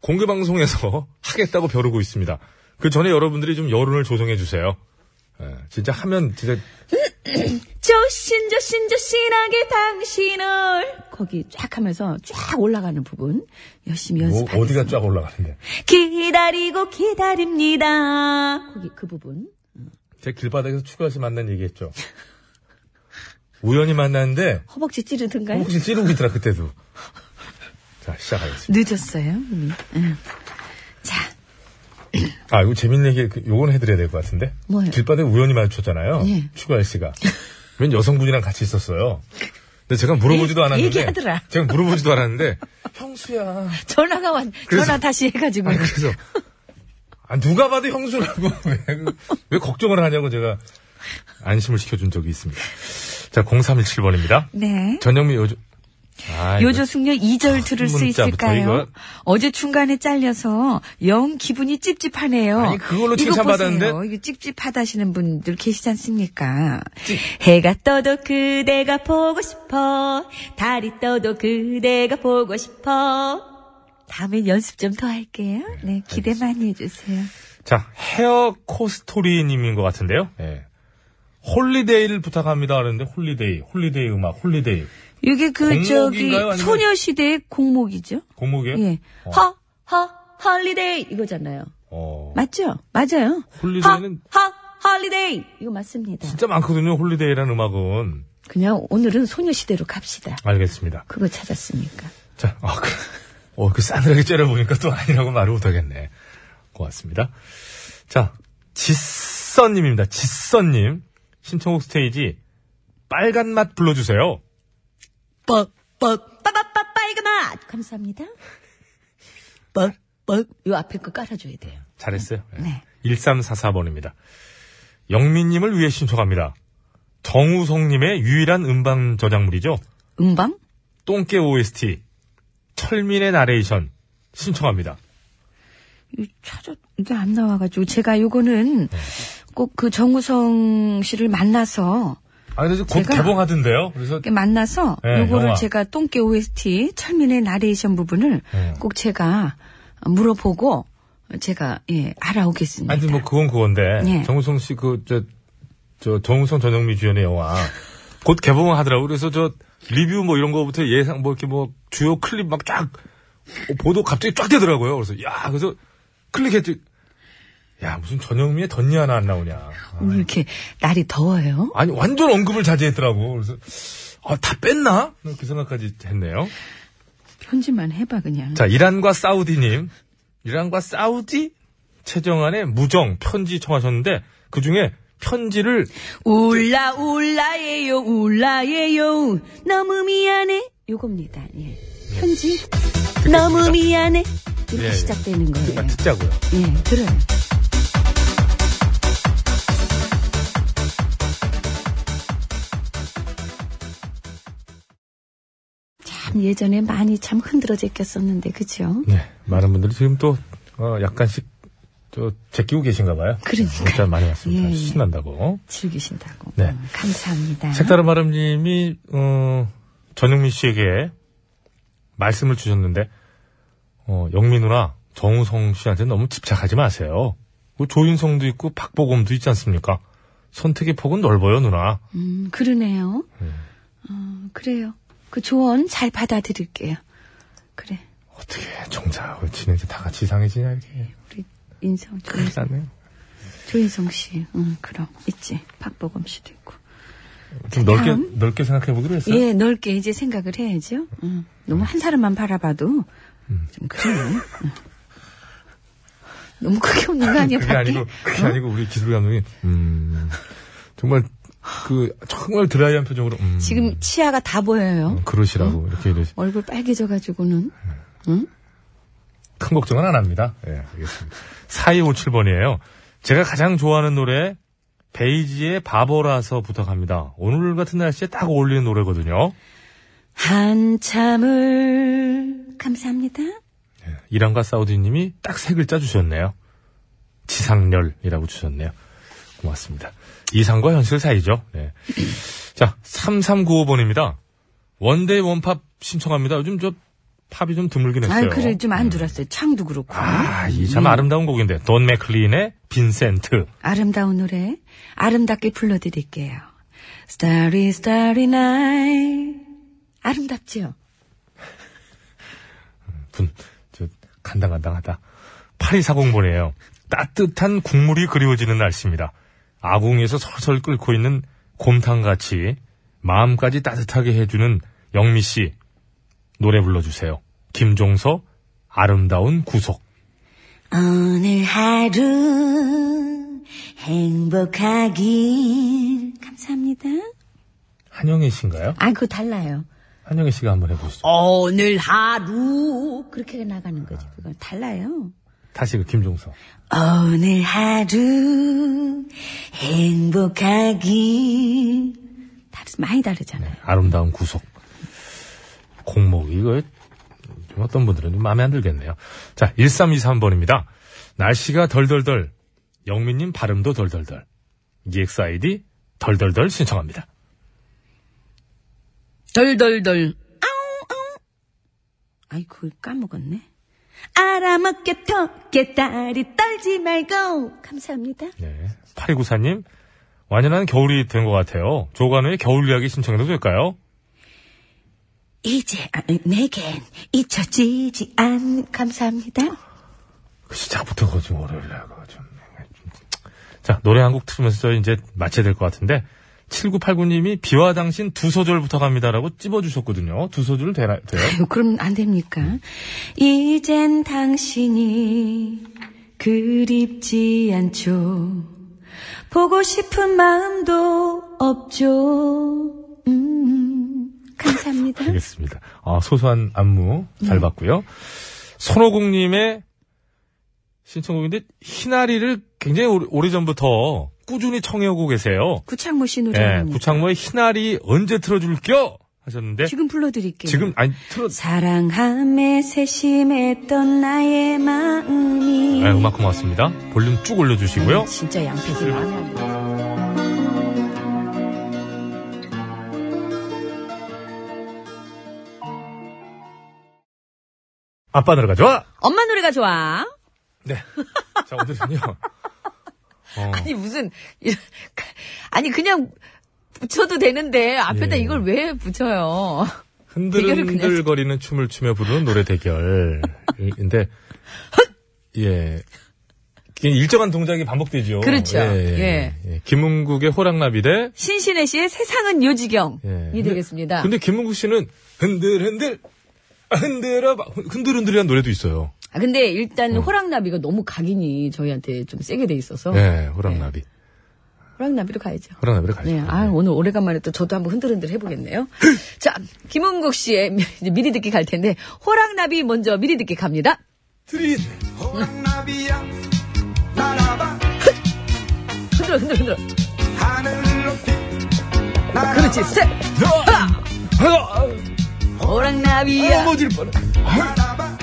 S1: 공개 방송에서 [LAUGHS] 하겠다고 벼르고 있습니다. 그 전에 여러분들이 좀 여론을 조성해 주세요. 예, 진짜 하면 진짜
S2: 조신조신조신하게 당신을 거기 쫙 하면서 쫙 올라가는 부분 열심히
S1: 뭐
S2: 연습하겠습니다.
S1: 어디가 쫙 올라가는데.
S2: 기다리고 기다립니다. 거기 그 부분.
S1: 제 길바닥에서 추가 씨 만난 얘기했죠. 우연히 만났는데
S2: 허벅지 찌르든가요?
S1: 혹시 찌르고 있더라 그때도. 자 시작하겠습니다.
S2: 늦었어요. 이미. 응. 자,
S1: 아 이거 재밌는 얘기 그, 요건 해드려야 될 것 같은데.
S2: 뭐요?
S1: 길바닥에 우연히 마주쳤잖아요.
S2: 예.
S1: 추가 씨가. 웬 여성분이랑 같이 있었어요. 근데 제가 물어보지도
S2: 얘-
S1: 않았는데.
S2: 얘기하더라.
S1: 제가 물어보지도 않았는데 [LAUGHS] 형수야.
S2: 전화가 왔,
S1: 그래서-
S2: 전화 다시 해가지고.
S1: 아니, 그래서 아, 누가 봐도 형수라고 [LAUGHS] 왜, 그- 왜 걱정을 하냐고 제가 안심을 시켜준 적이 있습니다. 자 0317번입니다.
S2: 네.
S1: 전영미 요조. 아, 이거
S2: 요조 숙녀 2절 들을 수
S1: 문자부터
S2: 있을까요?
S1: 이거.
S2: 어제 중간에 잘려서 영 기분이 찝찝하네요.
S1: 아니, 그걸로
S2: 이거
S1: 칭찬받았는데?
S2: 보세요. 이거 찝찝하다시는 분들 계시지 않습니까? 해가 떠도 그대가 보고 싶어. 달이 떠도 그대가 보고 싶어. 다음엔 연습 좀 더 할게요. 네, 기대 많이 해주세요.
S1: 자, 헤어 코스토리님인 것 같은데요. 예. 홀리데이를 부탁합니다 하는데 홀리데이, 홀리데이 음악, 홀리데이
S2: 이게 그
S1: 공목인가요?
S2: 저기
S1: 아니면-
S2: 소녀시대의 공목이죠.
S1: 공목이에요.
S2: 예.
S1: 어.
S2: 허, 허, 헐리데이 이거잖아요.
S1: 어.
S2: 맞죠? 맞아요.
S1: 홀리데이는
S2: 하, 하, 헐리데이! 이거 맞습니다.
S1: 진짜 많거든요. 홀리데이라는 음악은
S2: 그냥 오늘은 소녀시대로 갑시다.
S1: 알겠습니다.
S2: 그거 찾았습니까?
S1: 자, 아, 그, 어, 그 싸늘하게 째려보니까 또 아니라고 말을 못하겠네. 고맙습니다. 자, 지선님입니다. 지선님 신청곡 스테이지 빨간 맛 불러주세요.
S2: 뻑, 뻑, 빠바빠, 빨그맛! 감사합니다. 뻑, 뻑. 요 앞에 거 깔아줘야 돼요.
S1: 잘했어요.
S2: 네.
S1: 1344번입니다. 영민님을 위해 신청합니다. 정우성님의 유일한 음반 저작물이죠.
S2: 음방?
S1: 똥개 OST. 철민의 나레이션. 신청합니다.
S2: 이 찾아, 이게 안 나와가지고. 제가 요거는 꼭 그 정우성 씨를 만나서,
S1: 아, 근데 곧
S2: 제가-
S1: 개봉하던데요. 그래서
S2: 이렇게 만나서
S1: 네,
S2: 요거를
S1: 영화.
S2: 제가 똥개 OST 철민의 나레이션 부분을
S1: 네.
S2: 꼭 제가 물어보고 제가 예 알아오겠습니다.
S1: 아니 뭐 그건 그건데
S2: 예.
S1: 정우성 씨 그 저 저 정우성 전영미 주연의 영화 곧 개봉하더라고 그래서 저 리뷰 뭐 이런 거부터 예상 뭐 이렇게 뭐 주요 클립 막 쫙 보도 갑자기 쫙 되더라고요 그래서 야 그래서 클릭했지 야, 무슨 전영미의 덧니 하나 안 나오냐.
S2: 오늘 이렇게 날이 더워요?
S1: 아니, 완전 언급을 자제했더라고. 그래서, 아, 다 뺐나? 그 생각까지 했네요.
S2: 편집만 해봐 그냥.
S1: 자, 이란과 사우디님. 이란과 사우디? 최정안의 무정 편지 청하셨는데, 그 중에 편지를
S2: 울라 울라예요 울라예요 너무 미안해 요겁니다. 예. 편지
S1: 네.
S2: 너무 미안해 이렇게
S1: 예, 예.
S2: 시작되는 거예요.
S1: 정말 듣자고요.
S2: 예, 들어요. 참 예전에 많이 참 흔들어 제꼈었는데 그죠?
S1: 네, 많은 분들이 지금 또, 어, 약간씩, 저, 제끼고 계신가 봐요.
S2: 그러니까요.
S1: 문자 많이 왔습니다.
S2: 예, 예.
S1: 신난다고.
S2: 즐기신다고.
S1: 네.
S2: 음, 감사합니다.
S1: 색다른 바람님이 어, 전영민 씨에게 말씀을 주셨는데 어, 영민 누나 정우성 씨한테 너무 집착하지 마세요. 뭐 조윤성도 있고 박보검도 있지 않습니까? 선택의 폭은 넓어요 누나.
S2: 음, 그러네요. 어, 그래요. 그 조언 잘 받아들일게요. 그래.
S1: 어떻게 정작을 치는 지다 같이 이상해지냐 이렇게.
S2: 우리 인성 조인,
S1: 그렇잖아요.
S2: 조인성 씨. 응, 그럼 있지. 박보검 씨도 있고. 자,
S1: 좀 넓게
S2: 다음.
S1: 넓게 생각해 보기로 했어요.
S2: 예, 넓게 이제 생각을 해야죠. 응. 너무 한 사람만 바라봐도
S1: 음.
S2: 좀 그래요. 응. 너무 크게 웃는 거 아니에요, 어?
S1: 그게
S2: 밖에?
S1: 아니고 음. 그게 아니고 우리 기술 감독님 음, 정말 그 정말 드라이한 표정으로 음,
S2: 지금 치아가 다 보여요.
S1: 그러시라고
S2: 어?
S1: 이렇게 이러
S2: 얼굴 빨개져가지고는.
S1: 큰 걱정은 안 합니다. 예, 알겠습니다. 4257번이에요. 제가 가장 좋아하는 노래, 베이지의 바보라서 부탁합니다. 오늘 같은 날씨에 딱 어울리는 노래거든요.
S2: 한참을. 감사합니다.
S1: 이란과 사우디님이 딱 세 글자 주셨네요. 지상렬이라고 주셨네요. 고맙습니다. 이상과 현실 사이죠. 네. 자, 3395번입니다. 원데이 원팝 신청합니다. 요즘 저 팝이 좀 드물긴
S2: 아,
S1: 했어요. 음.
S2: 그래, 좀 안 들었어요. 창도 그렇고.
S1: 아, 이 참 아름다운 곡인데. 돈 맥클린의 빈센트.
S2: 아름다운 노래 아름답게 불러드릴게요. Starry Starry Night 아름답죠?
S1: 분, 저, 간당간당하다. 8240번이에요. 따뜻한 국물이 그리워지는 날씨입니다. 아궁에서 설설 끓고 있는 곰탕같이 마음까지 따뜻하게 해주는 영미 씨 노래 불러주세요. 김종서 아름다운 구속.
S2: 오늘 하루 행복하길 감사합니다.
S1: 한영애 씨인가요?
S2: 아 그거 달라요.
S1: 한영애 씨가 한번 해보시죠.
S2: 오늘 하루 아. 그렇게 나가는 거죠. 그건 달라요.
S1: 다시 그 김종서.
S2: 오늘 하루 행복하길 다르, 많이 다르잖아요.
S1: 아름다운 구속. 공목, 이거, 좀 어떤 분들은 좀 마음에 안 들겠네요. 자, 1323번입니다. 날씨가 덜덜덜. 영민님 발음도 덜덜덜. E EXID 덜덜덜 신청합니다.
S2: 덜덜덜. 아웅, 아웅. 아이, 그걸 까먹었네. 알아먹게 토게 다리 떨지 말고. 감사합니다.
S1: 네. 8294님, 완연한 겨울이 된 것 같아요. 조관우의 겨울 이야기 신청해도 될까요?
S2: 이제 아, 내겐 잊혀지지 않. 감사합니다.
S1: 그 시작부터 거지, 월요일 날 그거 좀. 자, 노래 한 곡 틀으면서 저희 이제 마쳐야 될 것 같은데, 7989님이 비와 당신 두 소절 부탁합니다라고 찝어주셨거든요. 두 소절 되나, 돼요?
S2: 아유, 그럼 안 됩니까? 이젠 당신이 그립지 않죠. 보고 싶은 마음도 없죠. 음, 감사합니다.
S1: [LAUGHS] 알겠습니다. 아, 소소한 안무 잘 봤고요. 손호공님의 신청곡인데 희나리를 굉장히 오래, 전부터 꾸준히 청해오고 계세요.
S2: 구창모 씨 노래.
S1: 예,
S2: 아닙니까?
S1: 구창모의 희나리 언제 틀어줄겨 하셨는데 예? 지금,
S2: 지금 불러드릴게요.
S1: 아니 틀어
S2: 사랑함에 세심했던 나의 마음이.
S1: 예, 음악 고맙습니다. 볼륨 쭉 올려주시고요.
S2: 진짜 양패지 마음에 안 들어.
S1: 아빠 노래 가져와.
S2: 엄마 노래가 좋아.
S1: 네. 자 오늘은요. 어,
S8: 아니 무슨
S2: [LAUGHS]
S8: 이런- 아니 그냥 붙여도 되는데 앞에다
S1: 예.
S8: 이걸 왜 붙여요?
S1: 흔들흔들거리는
S2: [LAUGHS]
S1: 춤을 추며 부르는 노래 대결인데 예 이게 일정한 동작이 반복되죠.
S2: 그렇죠.
S1: 예. 김은국의 호랑나비 대
S2: 신신혜 씨의 세상은 요지경이
S1: 예.
S2: 되겠습니다.
S1: 근데 김문국 씨는 흔들흔들 아, 흔들어봐 흔들흔들이라는 노래도 있어요.
S2: 아, 근데
S1: 어.
S2: 일단 호랑나비가 너무 각인이 저희한테 좀 세게 돼 있어서
S1: 예, 호랑나비.
S2: 호랑나비로 가야죠.
S1: 호랑나비를 가죠.
S2: 네, 아 오늘 오래간만에 또 저도 한번 흔들흔들
S1: [LAUGHS]
S2: 해보겠네요. 자, 김은국 씨의 [LAUGHS] 미- 이제 미리 듣기 갈 텐데 호랑나비 먼저 미리 듣기 갑니다.
S1: 트린
S6: 호랑나비야 날아봐
S2: 흔들어, 흔들어, 흔들어.
S6: 하늘 높이 날아봐.
S2: 그렇지, 스텝.
S1: 아,
S2: 호랑나비야.
S1: 넘어질 뻔해.
S6: 날아봐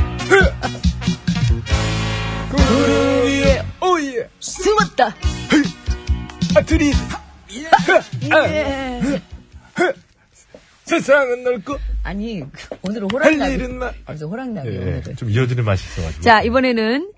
S1: 구름 위에 오예.
S2: 숨었다.
S1: 아, 트린
S2: 예.
S1: 아. 세상은 넓고
S2: 아니 그 오늘은
S1: 할
S2: 호랑나비.
S1: 일은 많.
S2: 무슨 호랑나비
S1: 예,
S2: 오늘은.
S1: 좀 이어지는 맛이 있어가지고.
S2: 네, 자 이번에는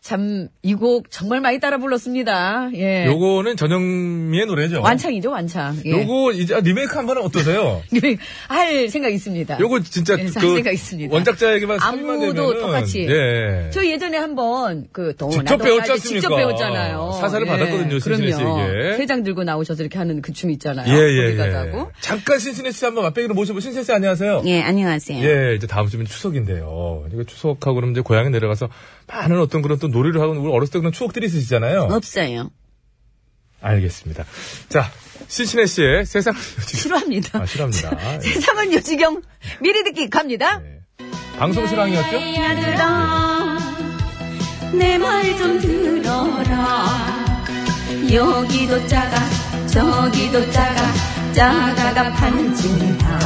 S2: 참 이 곡 정말 많이 따라 불렀습니다. 예.
S1: 요거는 전영미의 노래죠.
S2: 완창이죠, 완창. 예.
S1: 요거 이제 아, 리메이크 한번 어떠세요?
S2: [LAUGHS] 할 생각 있습니다.
S1: 요거 진짜
S2: 예, 할
S1: 그
S2: 생각 있습니다.
S1: 원작자에게만
S2: 안무도
S1: 사인만 되면은,
S2: 똑같이.
S1: 예.
S2: 저 예전에 한번 그 도나
S1: 직접
S2: 도나
S1: 배웠지
S2: 이제
S1: 않습니까?
S2: 직접 배웠잖아요. 예.
S1: 사사를 받았거든요, 신신혜 씨에게.
S2: 세장 들고 나오셔서 이렇게 하는 그 춤 있잖아요.
S1: 예, 예,
S2: 소리가
S1: 예.
S2: 나고.
S1: 잠깐 신신혜 씨 한번 맛배기로 모셔보 신신혜 씨 안녕하세요.
S9: 예, 안녕하세요.
S1: 예, 이제 다음 주면 추석인데요. 이거 추석하고 그럼 이제 고향에 내려가서 많은 어떤 그런 또 놀이를 하고 우리 어렸을 때 그런 추억들이 있으시잖아요.
S9: 없어요.
S1: 알겠습니다. 자, 신신혜 씨의 세상
S2: 싫어합니다.
S1: 아, 싫어합니다. 예.
S2: [LAUGHS] 세상은 요지경 미리 듣기 갑니다.
S1: 예. 방송 실황이었죠?
S10: 내 말 좀 들어라 여기도 작아 저기도 작아 작아가 판진다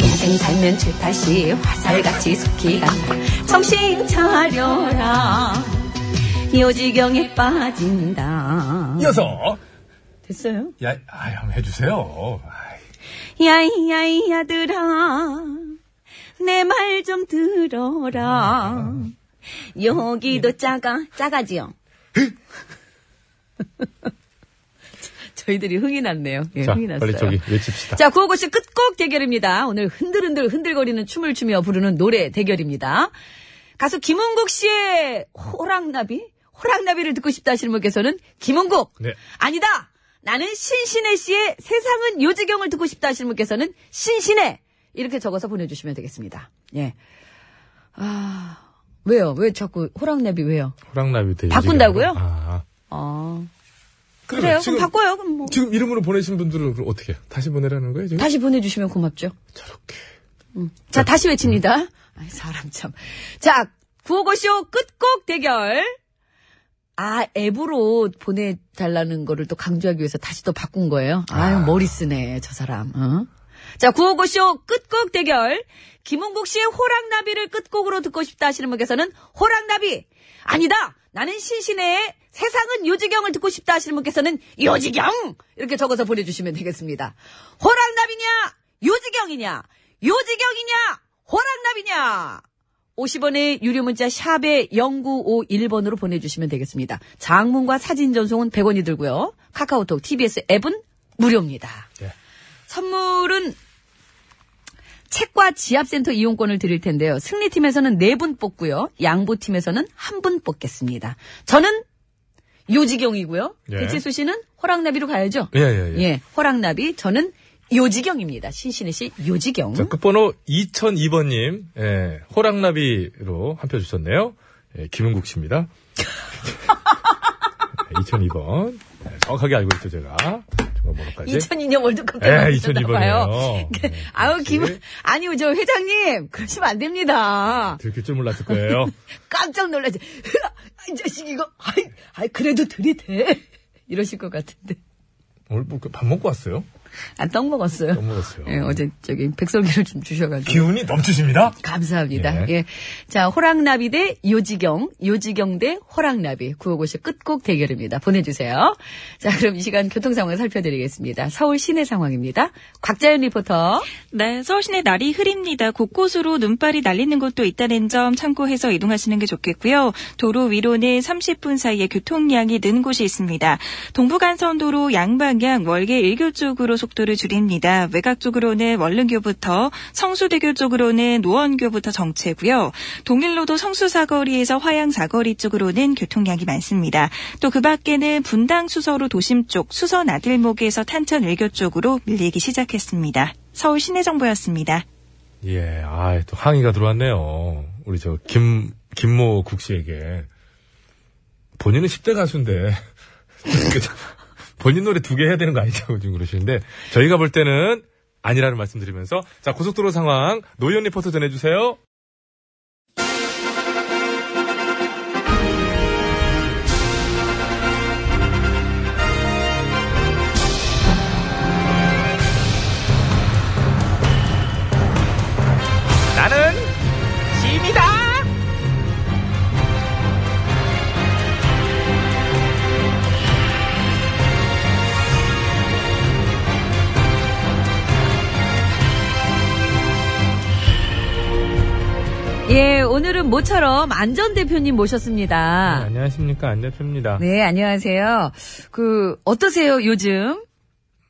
S10: 인생 살면 칠팔시 화살같이 속히 간다 정신 차려라 요지경에 빠진다
S1: 이어서
S2: 됐어요?
S1: 야, 아, 한번 해주세요. 아이,
S10: 야이야이 야들아 내 말 좀 들어라 여기도 작아 작아지요 [LAUGHS]
S2: 저희들이 흥이 났네요. 예,
S1: 자,
S2: 흥이 났어요.
S1: 빨리 저기 외칩시다.
S2: 자, 구호고시 끝곡 대결입니다. 오늘 흔들흔들 흔들거리는 춤을 추며 부르는 노래 대결입니다. 가수 김은국 씨의 호랑나비? 호랑나비를 듣고 싶다 하시는 분께서는 김은국!
S1: 네.
S2: 아니다! 나는 신신혜 씨의 세상은 요지경을 듣고 싶다 하시는 분께서는 신신혜! 이렇게 적어서 보내주시면 되겠습니다. 예. 아, 왜요? 왜 자꾸 호랑나비 왜요?
S1: 호랑나비 대
S2: 바꾼다고요?
S1: 아,
S2: 아,
S1: 그래요.
S2: 그래요?
S1: 그러니까 지금,
S2: 그럼 바꿔요. 그럼 뭐.
S1: 지금 이름으로 보내신 분들은 그럼 어떻게 해요? 다시 보내라는 거예요? 지금?
S2: 다시 보내주시면 고맙죠. 음.
S1: 저렇게. 네. 음.
S2: 자, 다시 외칩니다. [LAUGHS] 아이, 사람 참. 자, 구호고쇼 끝곡 대결. 아, 앱으로 보내달라는 거를 또 강조하기 위해서 다시 또 바꾼 거예요. 아유, 머리 쓰네, 저 사람. 어? 자, 구호고쇼 끝곡 대결. 김은국 씨의 호랑나비를 끝곡으로 듣고 싶다 하시는 분께서는 호랑나비! 아니다! 나는 신신의 세상은 요지경을 듣고 싶다 하시는 분께서는 요지경! 이렇게 적어서 보내주시면 되겠습니다. 호랑나비냐? 요지경이냐? 요지경이냐? 호랑나비냐? 50원의 유료 문자 샵에 0951번으로 보내주시면 되겠습니다. 장문과 사진 전송은 100원이 들고요. 카카오톡, TBS 앱은 무료입니다.
S1: 예.
S2: 선물은 책과 지압센터 이용권을 드릴 텐데요. 승리팀에서는 4분 뽑고요. 양보팀에서는 1분 뽑겠습니다. 저는 요지경이고요.
S1: 예.
S2: 배치수 씨는 호랑나비로 가야죠.
S1: 예, 예, 예.
S2: 호랑나비, 저는 요지경입니다. 신신의 씨 요지경.
S1: 자, 끝번호 2002번님, 예, 호랑나비로 한 표 주셨네요. 예, 김은국 씨입니다. [LAUGHS] 2002번. 예, 정확하게 알고 있죠, 제가. 중간번호까지.
S2: 2002년 월드컵 때
S1: 예,
S2: 만나셨나봐요.
S1: 2002번이에요.
S2: [LAUGHS] 아우 김 아니요 저 회장님 그러시면 안 됩니다.
S1: 들킬 줄 몰랐을 거예요.
S2: 깜짝 놀라지. 이 자식 이거 아이, 아이 그래도 들이대 [LAUGHS] 이러실 것 같은데
S1: 오늘 뭐밥 먹고 왔어요?
S2: 아, 떡 먹었어요.
S1: 못 먹었어요.
S2: 예, 어제 저기 백설기를 좀 주셔가지고.
S1: 기운이 넘치십니다.
S2: 감사합니다.
S1: 예.
S2: 예. 자, 호랑나비 대 요지경, 요지경 대 호랑나비. 구호고시 끝곡 대결입니다. 보내주세요. 자, 그럼 이 시간 교통 상황 살펴드리겠습니다. 서울 시내 상황입니다. 곽자연 리포터.
S11: 네, 서울 시내 날이 흐립니다. 곳곳으로 눈발이 날리는 곳도 있다는 점 참고해서 이동하시는 게 좋겠고요. 도로 위로는 30분 사이에 교통량이 는 곳이 있습니다. 동부간선도로 양방향 월계 1교 쪽으로 속도를 줄입니다. 외곽 쪽으로는 원릉교부터 성수대교 쪽으로는 노원교부터 정체고요. 동일로도 성수사거리에서 화양사거리 쪽으로는 교통량이 많습니다. 또 그 밖에는 분당 수서로 도심 쪽 수선 아들목에서 탄천일교 쪽으로 밀리기 시작했습니다. 서울 시내 정보였습니다.
S1: 예, 아, 또 항의가 들어왔네요. 우리 저, 김, 김모 국 씨에게. 본인은 10대 가수인데. [LAUGHS] 그죠? 본인 노래 두 개 해야 되는 거 아니냐고 지금 그러시는데, 저희가 볼 때는 아니라는 말씀 드리면서, 자, 고속도로 상황, 노현 리포터 전해주세요.
S3: 나는 짐이다.
S2: 예, 오늘은 모처럼 안전 대표님 모셨습니다.
S1: 안녕하십니까. 안 대표입니다.
S2: 아. 네, 안녕하세요. 그 어떠세요, 요즘?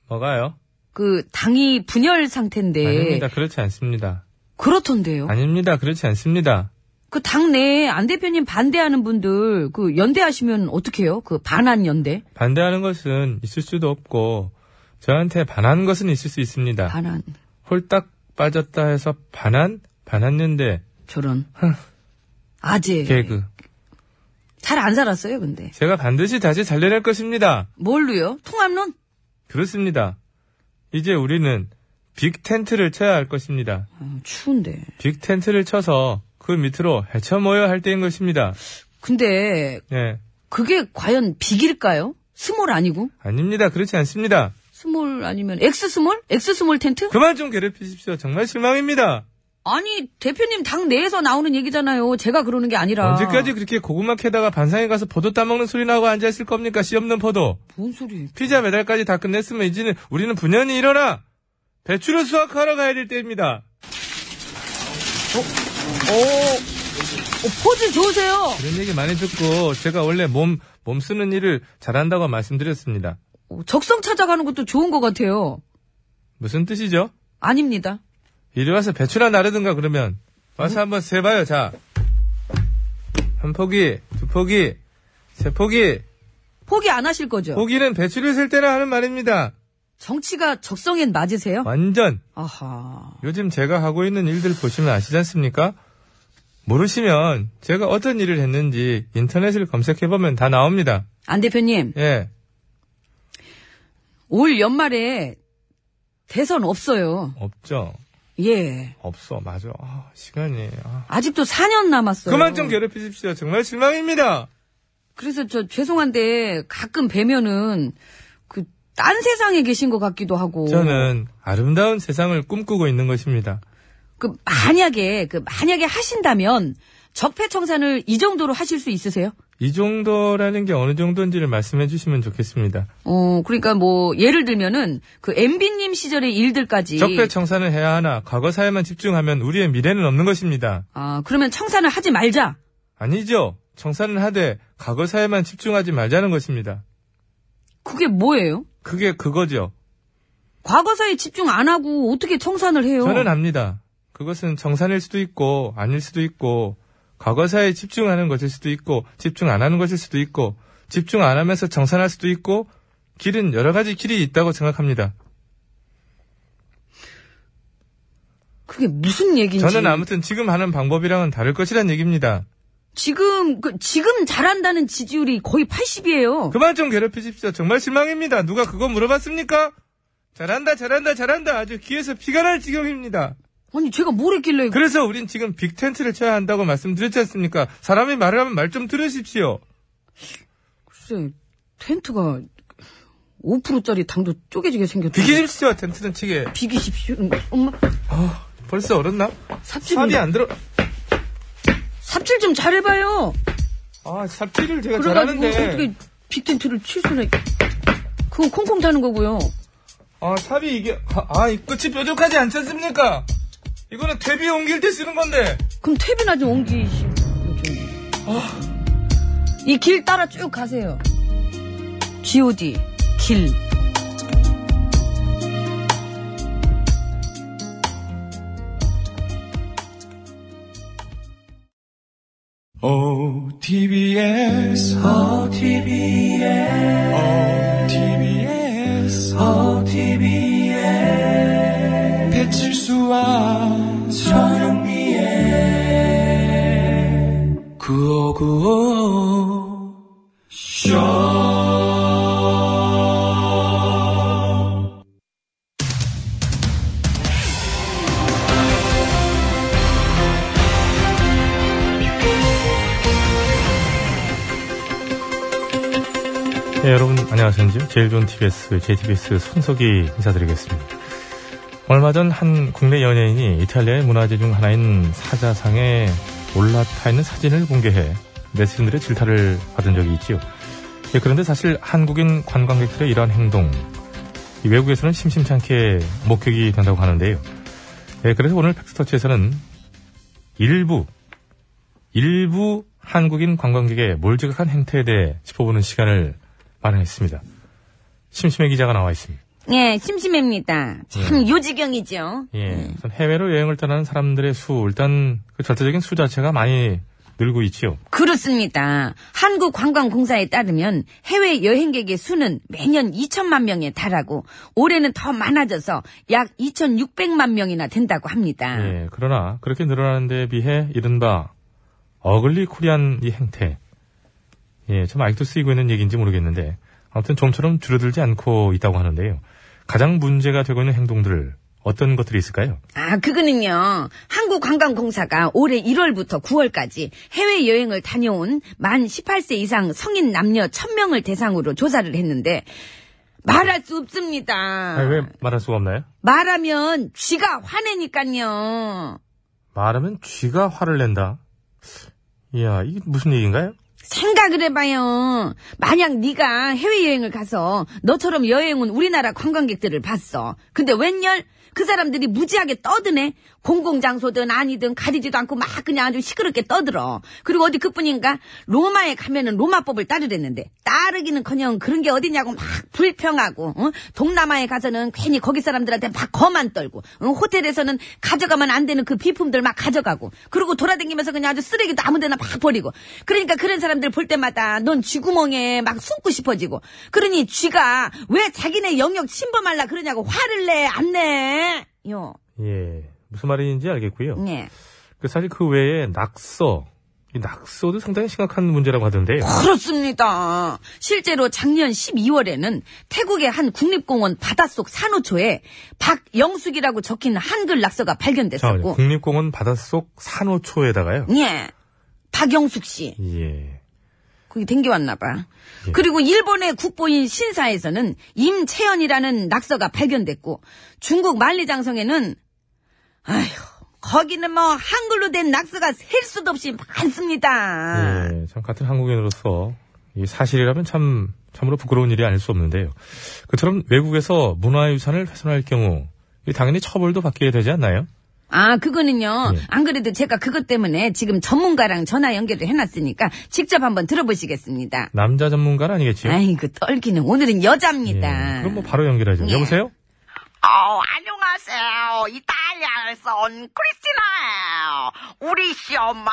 S1: 뭐가요?
S2: 그 당이 분열 상태인데
S1: 아닙니다. 그렇지 않습니다.
S2: 그렇던데요.
S1: 아닙니다. 그렇지 않습니다.
S2: 그 당 내에 안 대표님 반대하는 분들 그 연대하시면 어떡해요? 그 반한 연대?
S1: 반대하는 것은 있을 수도 없고, 저한테 반하는 것은 있을 수 있습니다.
S2: 반한
S1: 홀딱 빠졌다 해서 반한? 반았는데,
S2: 저런. 아재.
S1: 개그.
S2: 잘 안 살았어요, 근데.
S1: 제가 반드시 다시 잘려낼 것입니다.
S2: 뭘로요? 통합론?
S1: 그렇습니다. 이제 우리는 빅 텐트를 쳐야 할 것입니다.
S2: 어, 추운데.
S1: 빅 텐트를 쳐서 그 밑으로 헤쳐 모여야 할 때인 것입니다.
S2: 근데
S1: 예.
S2: 그게 과연 빅일까요? 스몰 아니고?
S1: 아닙니다. 그렇지 않습니다.
S2: 스몰 아니면 엑스 스몰? 엑스 스몰 텐트?
S1: 그만 좀 괴롭히십시오. 정말 실망입니다.
S2: 아니 대표님 당 내에서 나오는 얘기잖아요. 제가 그러는 게 아니라.
S1: 언제까지 그렇게 고구마 캐다가 반상에 가서 포도 따먹는 소리나 하고 앉아있을 겁니까? 씨 없는 포도.
S2: 뭔 소리?
S1: 피자 배달까지 다 끝냈으면 이제는 우리는 분연히 일어나 배추를 수확하러 가야 될 때입니다.
S2: 오, 오, 어, 포즈 좋으세요.
S1: 이런 얘기 많이 듣고 제가 원래 몸, 몸 쓰는 일을 잘한다고 말씀드렸습니다.
S2: 오, 어, 적성 찾아가는 것도 좋은 것 같아요.
S1: 무슨 뜻이죠?
S2: 아닙니다.
S1: 이리 와서 배추나 나르든가 그러면 와서 한번 세봐요. 자, 한 포기, 두 포기, 세 포기.
S2: 포기 안 하실 거죠?
S1: 포기는 배추를 쓸 때나 하는 말입니다.
S2: 정치가 적성엔 맞으세요?
S1: 완전
S2: 아하.
S1: 요즘 제가 하고 있는 일들 보시면 아시지 않습니까? 모르시면 제가 어떤 일을 했는지 인터넷을 검색해보면 다 나옵니다.
S2: 안 대표님,
S1: 예.
S2: 올 연말에 대선 없어요.
S1: 없죠.
S2: 예.
S1: 없어. 맞아. 아, 시간이. 아.
S2: 아직도 4년 남았어요.
S1: 네. 그만 좀 괴롭히십시오. 정말 실망입니다.
S2: 그래서 저 죄송한데 가끔 뵈면은 그 딴 세상에 계신 것 같기도 하고.
S1: 저는 아름다운 세상을 꿈꾸고 있는 것입니다.
S2: 그 만약에 그 만약에 하신다면 적폐청산을 이 정도로 하실 수 있으세요?
S1: 이 정도라는 게 어느 정도인지를 말씀해 주시면 좋겠습니다.
S2: 어 그러니까 뭐 예를 들면은 그 MB님 시절의 일들까지.
S1: 적폐 청산을 해야 하나 과거 사회만 집중하면 우리의 미래는 없는 것입니다.
S2: 아 그러면 청산을 하지 말자.
S1: 아니죠. 청산은 하되 과거 사회만 집중하지 말자는 것입니다.
S2: 그게 뭐예요?
S1: 그게 그거죠.
S2: 과거사에 집중 안 하고 어떻게 청산을 해요?
S1: 저는 압니다. 그것은 정산일 수도 있고 아닐 수도 있고 과거 사회에 집중하는 것일 수도 있고 집중 안 하는 것일 수도 있고 집중 안 하면서 정산할 수도 있고 길은 여러 가지 길이 있다고 생각합니다.
S2: 그게 무슨 얘기인지.
S1: 저는 아무튼 지금 하는 방법이랑은 다를 것이란 얘기입니다.
S2: 지금 그, 지금 잘한다는 지지율이 거의 80이에요.
S1: 그만 좀 괴롭히십시오. 정말 실망입니다. 누가 그거 물어봤습니까? 잘한다, 잘한다, 잘한다. 아주 귀에서 피가 날 지경입니다.
S2: 아니 제가 뭘 했길래
S1: 그래서 우린 지금 빅텐트를 쳐야 한다고 말씀드렸지 않습니까? 사람이 말을 하면 말 좀 들으십시오.
S2: 글쎄 텐트가 5%짜리 당도 쪼개지게 생겼다.
S1: 비기십시오, 텐트는 치게.
S2: 비기십시오. 엄마
S1: 벌써 얼었나?
S2: 삽질이
S1: 삽이 안 들어.
S2: 삽질 좀 잘해봐요.
S1: 아, 삽질을 제가
S2: 그래가지고
S1: 잘하는데.
S2: 어떻게 빅텐트를 칠 수나 있... 그건 콩콩 타는 거고요.
S1: 아, 삽이 이게, 아, 아, 이 끝이 뾰족하지 않지 않습니까? 이거는 퇴비 옮길 때 쓰는 건데.
S2: 그럼 퇴비나 좀 옮기시고 좀. 이 길 따라 쭉 가세요. G.O.D. 길.
S4: OTBS,
S2: 어,
S4: OTBS, OTBS, OTBS, 배칠수와 전영미의 구호구호 쇼.
S1: 예, 여러분 안녕하십니까? 제일 좋은 TBS, JTBS 손석희 인사드리겠습니다. 얼마 전 한 국내 연예인이 이탈리아의 문화재 중 하나인 사자상에 올라타 있는 사진을 공개해 네티즌들의 질타를 받은 적이 있지요. 예, 그런데 사실 한국인 관광객들의 이러한 행동, 이 외국에서는 심심찮게 목격이 된다고 하는데요. 예, 그래서 오늘 팩스터치에서는 일부 일부 한국인 관광객의 몰지각한 행태에 대해 짚어보는 시간을 마련했습니다. 심심해 기자가 나와 있습니다.
S2: 예, 심심합니다. 참
S1: 음.
S2: 요지경이죠.
S1: 예, 우선 해외로 여행을 떠나는 사람들의 수 일단 그 절대적인 수 자체가 많이 늘고 있지요.
S2: 그렇습니다. 한국관광공사에 따르면 해외 여행객의 수는 매년 2천만 명에 달하고 올해는 더 많아져서 약 2,600만 명이나 된다고 합니다.
S1: 예, 그러나 그렇게 늘어나는 데에 비해 이른바 어글리 코리안 이 행태. 예, 참 아직도 쓰이고 있는 얘기인지 모르겠는데 아무튼 좀처럼 줄어들지 않고 있다고 하는데요. 가장 문제가 되고 있는 행동들 어떤 것들이 있을까요?
S2: 아, 그거는요. 한국관광공사가 올해 1월부터 9월까지 해외여행을 다녀온 만 18세 이상 성인 남녀 1000명을 대상으로 조사를 했는데 말할 수 없습니다.
S1: 아, 왜 말할 수가 없나요?
S2: 말하면 쥐가 화내니까요.
S1: 말하면 쥐가 화를 낸다. 이야, 이게 무슨 얘기인가요?
S2: 생각을 해봐요. 만약 네가 해외여행을 가서 너처럼 여행 온 우리나라 관광객들을 봤어. 근데 웬열? 그 사람들이 무지하게 떠드네. 공공장소든 아니든 가리지도 않고 막 그냥 아주 시끄럽게 떠들어. 그리고 어디 그뿐인가? 로마에 가면은 로마법을 따르랬는데 따르기는커녕 그런 게 어디냐고 막 불평하고 어? 동남아에 가서는 괜히 거기 사람들한테 막 거만 떨고 어? 호텔에서는 가져가면 안 되는 그 비품들 막 가져가고 그리고 돌아다니면서 그냥 아주 쓰레기도 아무데나 막 버리고 그러니까 그런 사람들 볼 때마다 넌 쥐구멍에 막 숨고 싶어지고 그러니 쥐가 왜 자기네 영역 침범할라 그러냐고 화를 내 안 내? 요.
S1: 예, 무슨 말인지 알겠고요.
S2: 네.
S1: 그 사실 그 외에 낙서, 이 낙서도 상당히 심각한 문제라고 하던데요.
S2: 어, 그렇습니다. 실제로 작년 12월에는 태국의 한 국립공원 바닷속 산호초에 박영숙이라고 적힌 한글 낙서가
S1: 잠깐만요.
S2: 발견됐었고,
S1: 국립공원 바닷속 산호초에다가요.
S2: 예, 박영숙 씨
S1: 예.
S2: 거기 댕겨왔나 봐. 그리고 일본의 국보인 신사에서는 임채연이라는 낙서가 발견됐고, 중국 만리장성에는 아휴. 거기는 뭐 한글로 된 낙서가 셀 수도 없이 많습니다.
S1: 예, 참 같은 한국인으로서 이 사실이라면 참 참으로 부끄러운 일이 아닐 수 없는데요. 그처럼 외국에서 문화유산을 훼손할 경우 이 당연히 처벌도 받게 되지 않나요?
S2: 아, 그거는요.
S1: 예.
S2: 안 그래도 제가 그것 때문에 지금 전문가랑 전화 연결을 해놨으니까 직접 한번 들어보시겠습니다.
S1: 남자 전문가는 아니겠지요?
S2: 아이고, 떨기는. 오늘은 여자입니다.
S1: 예, 그럼 뭐 바로 연결하죠.
S2: 예.
S1: 여보세요?
S11: 어, 안녕하세요. 이탈리아에서 온 크리스티나예요. 우리 시엄마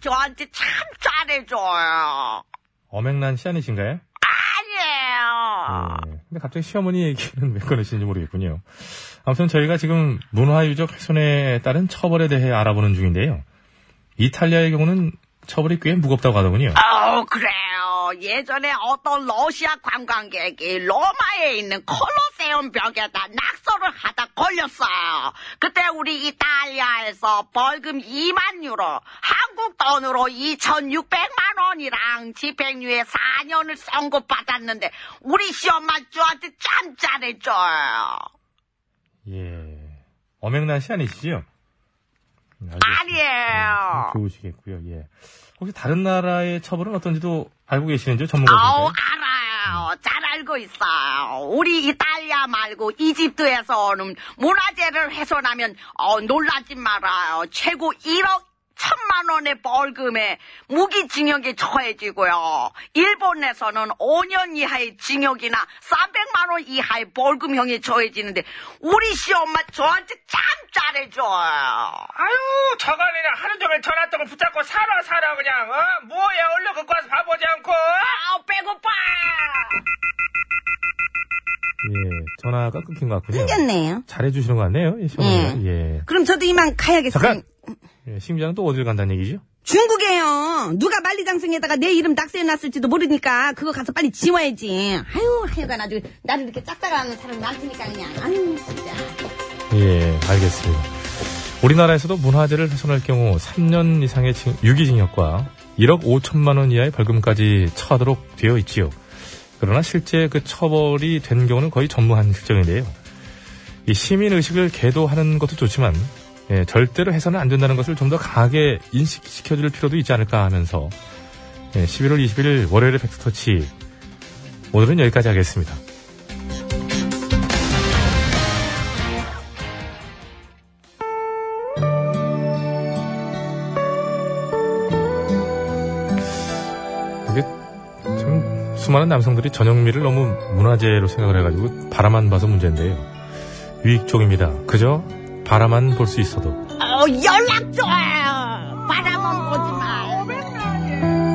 S11: 저한테 참 잘해줘요.
S1: 어맹난 시안이신가요?
S11: 아니에요.
S1: 예. 근데 갑자기 시어머니 얘기는 왜 꺼내시는지 모르겠군요. 아무튼 저희가 지금 문화유적 훼손에 따른 처벌에 대해 알아보는 중인데요. 이탈리아의 경우는 처벌이 꽤 무겁다고 하더군요.
S11: 어, 그래요. 예전에 어떤 러시아 관광객이 로마에 있는 콜로세움 벽에다 낙서를 하다 걸렸어요. 그때 우리 이탈리아에서 벌금 2만 유로, 한국 돈으로 2,600만 원이랑 집행유예 4년을 선고받았는데 우리 시엄마 저한테 참 잘해줘요.
S1: 예. 어맹난 시안이시죠? 음, 알겠습니다.
S11: 아니에요.
S1: 좋으시겠고요. 예. 혹시 다른 나라의 처벌은 어떤지도 알고 계시는지요? 전문가분들.
S11: 아우 알아요. 잘 알고 있어요. 우리 이탈리아 말고 이집트에서 오는 문화재를 훼손하면 어, 놀라지 말아요. 최고 1억 천만 원의 벌금에 무기징역에 처해지고요. 일본에서는 5년 이하의 징역이나 300만 원 이하의 벌금형에 처해지는데 우리 시엄마 저한테 참 잘해줘요.
S12: 아유, 저간이나 하는 줄
S3: 전화통을 전화통을 붙잡고 살아 살아 그냥 어 뭐야 얼른 걷고 와서 밥 오지 않고 아우 배고파
S1: 예, 전화가 끊긴 것 같군요.
S6: 끊겼네요.
S1: 잘해주시는 것 같네요. 예,
S11: 음.
S1: 시어머니가. 예.
S6: 그럼 저도 이만 가야겠어요.
S1: 잠깐! 예, 심장 또 어딜 간다는 얘기죠?
S6: 중국에요. 누가 만리장성에다가 내 이름 낙서해놨을지도 모르니까 그거 가서 빨리 지워야지. 아유, 하여간 아주 나를 이렇게 짝짝하는 사람 많으니까 그냥. 아유, 진짜.
S1: 예, 알겠습니다. 우리나라에서도 문화재를 훼손할 경우 3년 이상의 징- 유기징역과 1억 5천만 원 이하의 벌금까지 처하도록 되어 있지요. 그러나 실제 그 처벌이 된 경우는 거의 전무한 실정인데요. 이 시민 의식을 개도하는 것도 좋지만 예, 절대로 해서는 안 된다는 것을 좀 더 강하게 인식시켜줄 필요도 있지 않을까 하면서 예, 11월 21일 월요일의 팩트터치 오늘은 여기까지 하겠습니다. 이게 참 수많은 남성들이 전영미를 너무 문화재로 생각을 해가지고 바라만 봐서 문제인데요. 유익종입니다. 그저 바라만 볼 수 있어도
S13: 어, 연락 줘요 바람은 보지 마요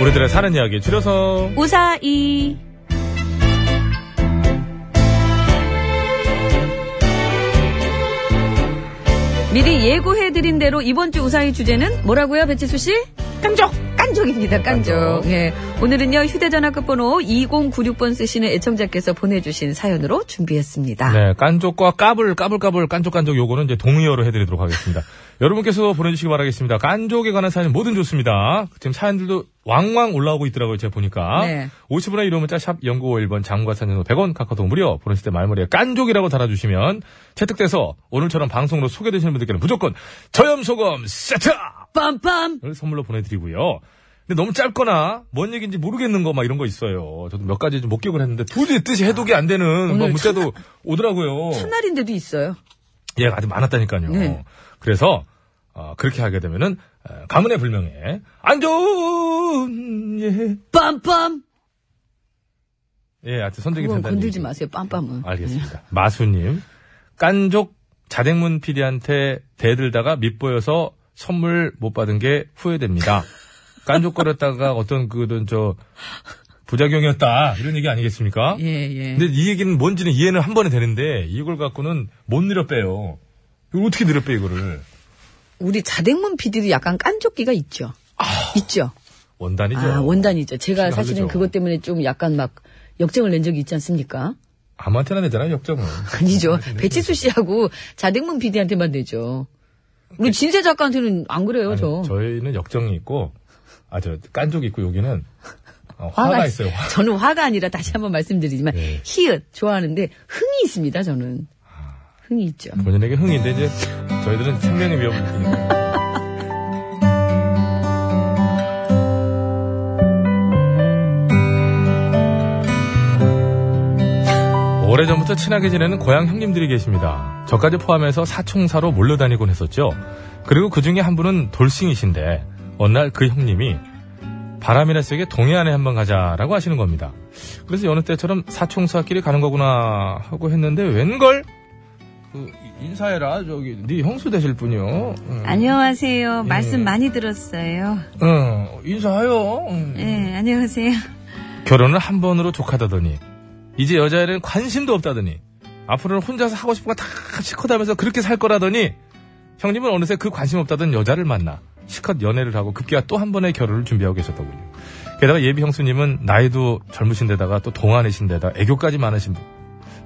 S1: 우리들의 사는 이야기 줄여서
S14: 우사이
S2: 미리 예고해드린 대로 이번 주 우사의 주제는 뭐라고요, 배치수 씨? 깐족! 깐족입니다, 깐족. 예. 오늘은요, 휴대전화 끝번호 2096번 쓰시는 애청자께서 보내주신 사연으로 준비했습니다.
S1: 네, 깐족과 까불, 까불까불, 깐족깐족 요거는 이제 동의어로
S2: [LAUGHS]
S1: 해드리도록 하겠습니다. 여러분께서 보내주시기 바라겠습니다. 깐족에 관한 사연 뭐든 좋습니다. 지금 사연들도 왕왕 올라오고 있더라고요, 제가 보니까.
S2: 네.
S1: 50분의 1호 문자 샵 0951번 장과 사연으로 100원 카카오톡 무료 보내실 때 말머리에 깐족이라고 달아주시면 채택돼서 오늘처럼 방송으로 소개되시는 분들께는 무조건 저염소금 세트! 빰빰! 선물로 보내드리고요. 근데 너무 짧거나 뭔 얘기인지 모르겠는 거 막 이런 거 있어요. 저도 몇 가지 좀 못 기억을 했는데 도저히 뜻이 해독이 안 되는 뭐
S2: 오늘
S1: 문자도 오더라고요.
S2: 첫날인데도 있어요.
S1: 예, 아주 많았다니까요.
S2: 네.
S1: 그래서 어, 그렇게 하게 되면은 어, 가문의 불명예 안 좋은 예,
S2: 빰빰!
S1: 예, 하여튼 선정이
S2: 그건
S1: 된다는
S2: 건들지
S1: 얘기. 아,
S2: 마세요, 빰빰은.
S1: 알겠습니다. 마수님 깐족 자댕문 PD한테 대들다가 밑보여서 선물 못 받은 게 후회됩니다. 깐족거렸다가 어떤 그든 저 부작용이었다 이런 얘기 아니겠습니까?
S2: 예, 예.
S1: 근데 이 얘기는 뭔지는 이해는 한 번에 되는데 이걸 갖고는 못 늘어 빼요. 이걸 어떻게 늘어 빼 이거를?
S2: 우리 자댕문 PD도 약간 깐족기가 있죠.
S1: 아.
S2: 있죠.
S1: 원단이죠.
S2: 아, 원단이죠. 제가
S1: 피가
S2: 사실은
S1: 흐르죠.
S2: 그것 때문에 좀 약간 막 역정을 낸 적이 있지 않습니까? [LAUGHS]
S1: 아무한테나 내잖아요, 네, 역정은.
S2: 아니죠. 배치수 씨하고 자댕문 PD한테만 되죠. 우리 진세 작가한테는 안 그래요, 저.
S1: 네. 저희는 역정이 있고, 아, 저, 깐족이 있고, 여기는, 어,
S2: 화가
S1: 화가
S2: 있-
S1: 있어요. 네. 화.
S2: [LAUGHS] 저는 화가 아니라 다시 한번 말씀드리지만 희ët 좋아하는데 흥이 있습니다, 저는.
S1: 아.
S2: 흥이 있죠.
S1: 본인에게 흥인데, 이제, 저희들은 생명의 위협을 느끼니까. 오래전부터 친하게 지내는 고향 형님들이 계십니다. 저까지 포함해서 사총사로 몰려다니곤 했었죠. 그리고 그 중에 한 분은 돌싱이신데, 어느 날 그 형님이 바람이나 세게 동해안에 한번 가자라고 하시는 겁니다. 그래서 여느 때처럼 사총사끼리 가는 거구나 하고 했는데 웬걸? 그 인사해라 저기 네 형수 되실 분이요. 응.
S11: 안녕하세요.
S1: 예.
S11: 말씀 많이 들었어요.
S1: 응, 인사해요. 응.
S11: 네, 안녕하세요.
S1: 결혼을 한 번으로 족하다더니 이제 여자애는 관심도 없다더니 앞으로는 혼자서 하고 싶은 거 다 시컷하면서 그렇게 살 거라더니 형님은 어느새 그 관심 없다던 여자를 만나 시컷 연애를 하고 급기야 또 한 번의 결혼을 준비하고 계셨더군요. 게다가 예비 형수님은 나이도 젊으신 데다가 또 동안이신 데다 애교까지 많으신 분.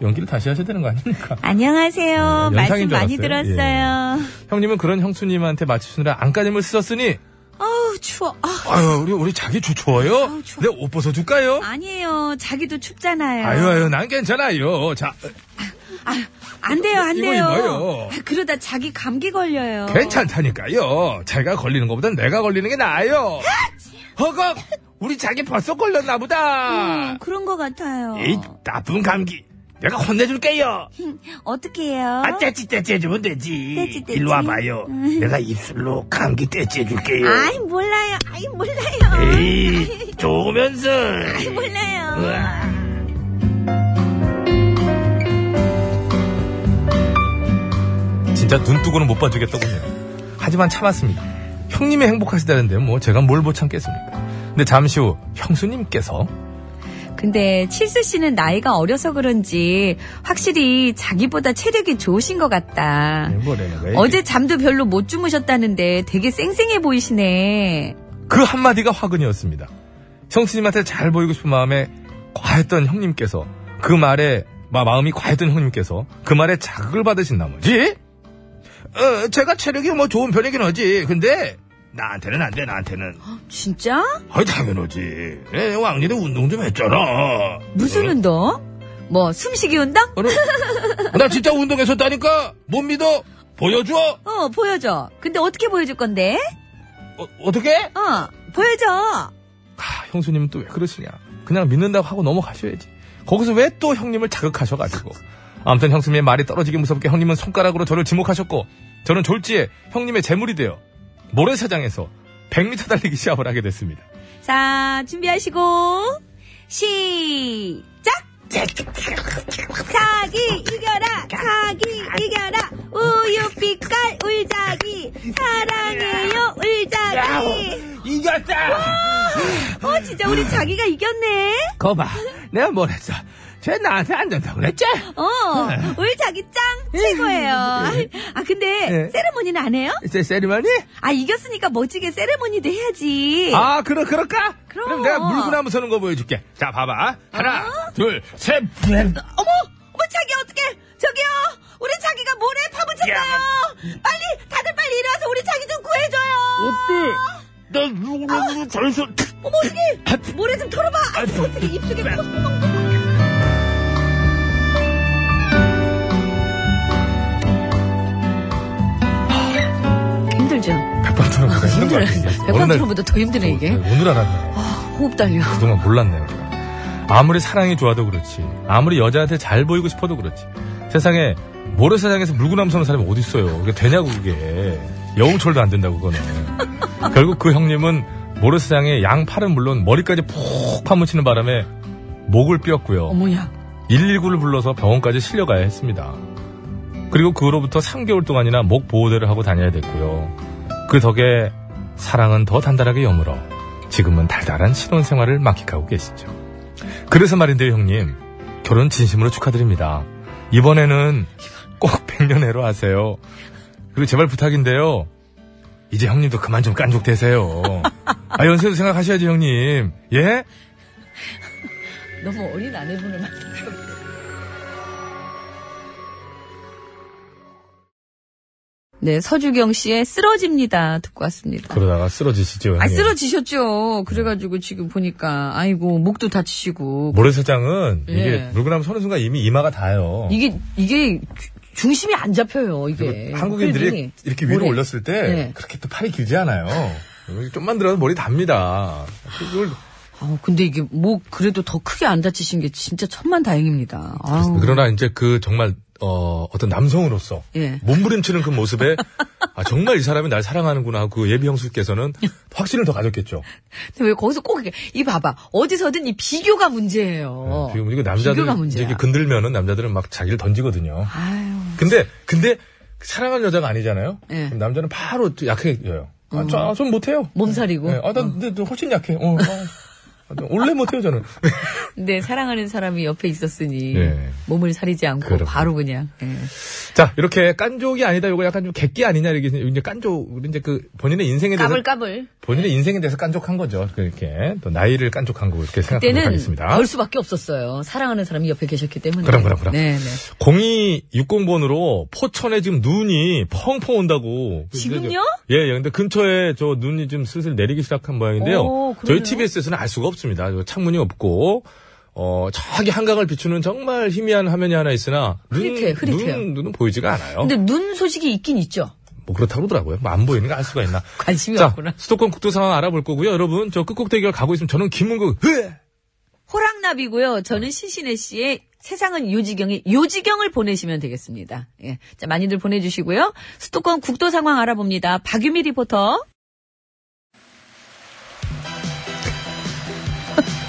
S1: 연기를 다시 하셔야 되는 거 아닙니까?
S11: 안녕하세요.
S1: 네, 연상인 줄
S11: 말씀
S1: 알았어요.
S11: 많이
S1: 예.
S11: 들었어요.
S1: 형님은 그런 형수님한테 맞추시느라 안간힘을 쓰셨으니
S11: 어우, 추워. 아,
S1: 아유 우리 우리 자기 주 추워요? 내가 옷 벗어줄까요?
S11: 아니에요. 자기도 춥잖아요.
S2: 네.
S1: 아유 아유 난 괜찮아요. 자
S11: 안 돼요, 안
S1: 이거
S11: 돼요.
S1: 입어요.
S11: 아, 그러다 자기 감기
S2: 어.
S11: 걸려요.
S1: 괜찮다니까요. 제가 걸리는 것보단 내가 걸리는 게 나아요. 허걱! 우리 자기 벌써 걸렸나 보다.
S11: 음, 그런 것 어, 같아요.
S1: 이 나쁜 감기.
S3: 내가 혼내줄게요.
S15: 어떻게 해요?
S3: 아, 떼찌 떼찌 해주면 되지.
S15: 떼찌, 떼찌.
S3: 일로 와봐요. 내가 입술로 감기 떼찌 해줄게요.
S15: 아이, 몰라요. 아이, 몰라요. [LAUGHS]
S3: 에이, 좋으면서.
S15: 아이, 몰라요.
S3: 으아.
S1: 진짜 눈 뜨고는 못 봐주겠더군요. 하지만 참았습니다. 형님이 행복하시다는데 뭐 제가 뭘 못 참겠습니까? 근데 잠시 후 형수님께서
S2: 근데 칠수 씨는 나이가 어려서 그런지 확실히 자기보다 체력이 좋으신 것 같다. 어제 잠도 별로 못 주무셨다는데 되게 쌩쌩해 보이시네.
S1: 그 한마디가 화근이었습니다. 형수님한테 잘 보이고 싶은 마음에 과했던 형님께서 그 말에 마, 마음이 과했던 형님께서 그 말에 자극을 받으신 나머지
S3: 예? 어, 제가 체력이 뭐 좋은 편이긴 하지. 근데 나한테는 안 돼. 나한테는.
S2: 진짜?
S3: 아이 당연하지. 예, 왕년에 운동 좀 했잖아.
S2: 무슨 운동? 뭐 숨쉬기 운동?
S3: 나 진짜 운동했었다니까. 못 믿어. 보여줘.
S2: 어 보여줘. 근데 어떻게 보여줄 건데?
S3: 어떻게?
S2: 어 보여줘.
S1: 아, 형수님은 또 왜 그러시냐. 그냥 믿는다고 하고 넘어가셔야지. 거기서 왜 또 형님을 자극하셔가지고. 아무튼 형수님의 말이 떨어지기 무섭게 형님은 손가락으로 저를 지목하셨고, 저는 졸지에 형님의 재물이 되어 모래사장에서 100m 달리기 시합을 하게 됐습니다.
S2: 자 준비하시고 시작.
S15: 자기 이겨라 자기 이겨라 우유빛깔 울자기 사랑해요 울자기
S3: 이겼다.
S15: 어 진짜 우리 자기가 이겼네
S3: 거봐. 내가 뭘 했어. 쟤 나한테 안 된다고 그랬지?
S15: 어
S3: 네.
S15: 울자기 짱 최고예요 아 근데
S3: 네.
S15: 세레모니는 안 해요?
S3: 쟤 세리머니?
S15: 아 이겼으니까 멋지게 세레모니도 해야지
S3: 아, 그러, 그럴까?
S15: 그럼.
S3: 럼 내가 물고 나무 서는 거 보여줄게. 자, 봐봐. 하나,
S2: 아?
S3: 둘, 셋.
S15: 어머 어머 자기 어떻게 저기요 우리 자기가 모래 파묻혔어요 빨리 다들 빨리 일어나서 우리 자기 좀 구해줘요
S3: 어때? 나 누구나 잘해서.
S15: 어머 어떻게 모래 좀 털어봐 아, 어떻게 입속에 아,
S2: 힘들죠.
S1: 백반 토론보다 힘든 것 같은데. 어느
S2: 백반
S1: 날 어,
S2: 토론보다 더 힘드네 이게.
S1: 오늘 알았네.
S2: 호흡 달려.
S1: 그동안 몰랐네요. 아무리 사랑이 좋아도 그렇지, 아무리 여자한테 잘 보이고 싶어도 그렇지. 세상에 모래사장에서 물구나무 서는 사람이 어디 있어요? 그게 되냐고 그게 여우철도 안 된다고 그거는. 결국 그 형님은 모래사장에 양팔은 물론 머리까지 푹 파묻히는 바람에 목을 삐었고요.
S2: 어머야.
S1: 119를 불러서 병원까지 실려가야 했습니다. 그리고 그로부터 3개월 동안이나 목 보호대를 하고 다녀야 됐고요. 그 덕에 사랑은 더 단단하게 여물어 지금은 달달한 신혼생활을 만끽하고 계시죠. 그래서 말인데요, 형님. 결혼 진심으로 축하드립니다. 이번에는 꼭 백년해로 하세요. 그리고 제발 부탁인데요. 이제 형님도 그만 좀 깐족대세요. 아, 연세도 생각하셔야지, 형님. 예?
S2: 너무 어린 아내분을 만. 네, 서주경 씨의 쓰러집니다. 듣고 왔습니다.
S1: 그러다가 쓰러지시죠, 형님.
S2: 아, 쓰러지셨죠. 그래가지고 지금 보니까, 아이고, 목도 다치시고.
S1: 모래사장은
S2: 예.
S1: 이게 물구나무 서는 순간 이미 이마가 닿아요.
S2: 이게, 이게 주- 중심이 안 잡혀요, 이게.
S1: 한국인들이
S2: 그러니
S1: 이렇게 위로
S2: 모래.
S1: 올렸을 때
S2: 네.
S1: 그렇게 또 팔이 길지 않아요. 좀만 들어도 머리 답니다. 그걸
S2: 아, 근데 이게 목 그래도 더 크게 안 다치신 게 진짜 천만 다행입니다. 아우.
S1: 그러나 이제 그 정말 어, 어떤 남성으로서
S2: 예.
S1: 몸부림치는 그 모습에 아, 정말 이 사람이 날 사랑하는구나 하고 그 예비 형수께서는 확신을 더 가졌겠죠.
S2: 근데 왜 거기서 꼭 이게, 이 봐봐. 어디서든 이 비교가 문제예요.
S1: 지금 이거 남자들
S2: 어, 비교가 문제야. 아.
S1: 이렇게 건들면은 남자들은 막 자기를 던지거든요. 근데 근데 사랑하는 여자가 아니잖아요.
S2: 예. 어.
S1: 그럼 남자는 바로 또 약해져요. 아, 저, 아, 좀 못해요.
S2: 몸살이고.
S1: 네, 아, 나, 근데 또 훨씬 약해. 어, 어. 아, 나 원래 못해요, 저는. [LAUGHS]
S2: 근데 네, 사랑하는 사람이 옆에 있었으니
S1: 예.
S2: 몸을 사리지 않고
S1: 그렇군요.
S2: 바로 그냥 예.
S1: 자, 이렇게 깐족이 아니다, 요거 약간 좀 객기 아니냐, 이렇게 이제 깐족, 이제 그 본인의 인생에 대해서.
S2: 까불까불
S1: 본인의 인생에 대해서 깐족한 거죠. 그렇게. 또 나이를 깐족한 거, 이렇게 생각하도록
S2: 그때는
S1: 하겠습니다.
S2: 걸 수밖에 없었어요. 사랑하는 사람이 옆에 계셨기 때문에.
S1: 그럼, 그럼, 그럼.
S2: 네, 네.
S1: 0260번으로 포천에 지금 눈이 펑펑 온다고.
S2: 그 지금요?
S1: 예, 예. 근데 근처에 저 눈이 좀 슬슬 내리기 시작한 모양인데요.
S2: 오,
S1: 저희
S2: 그러네요.
S1: TBS에서는 알 수가 없습니다. 저 창문이 없고, 어, 저기 한강을 비추는 정말 희미한 화면이 하나 있으나, 눈,
S2: 흐릿해요, 흐릿해요.
S1: 눈, 눈은 보이지가 않아요.
S2: 근데 눈 소식이 있긴 있죠.
S1: 뭐 그렇다고 그러더라고요. 뭐안 보이는 거 알 수가 있나.
S2: 관심이
S1: 자,
S2: 없구나.
S1: 수도권 국도 상황 알아볼 거고요. 여러분, 예, 저 끝곡 대결 가고 있으면 저는 김문국, 흐!
S2: 호랑나비고요. 저는 신신혜 씨의
S16: 세상은 요지경이 요지경을 보내시면 되겠습니다. 예. 자, 많이들 보내주시고요. 수도권 국도 상황 알아봅니다. 박유미 리포터.
S2: [LAUGHS]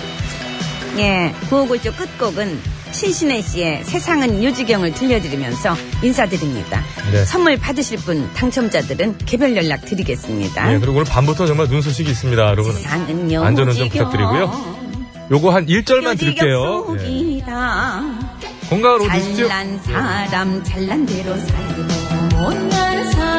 S2: 예, 구호고쇼 끝곡은 신신혜 씨의 세상은 요지경을 들려드리면서 인사드립니다.
S1: 네.
S2: 선물 받으실 분 당첨자들은 개별 연락 드리겠습니다.
S1: 예, 그리고 오늘 밤부터 정말 눈 소식이 있습니다, 여러분.
S2: 세상은 요지경.
S1: 안전운전 부탁드리고요. 요거 한 1절만 드릴게요. 예.
S2: 속이다.
S1: 건강을
S2: 잘난 사람 잘난 대로 살고 못난 사람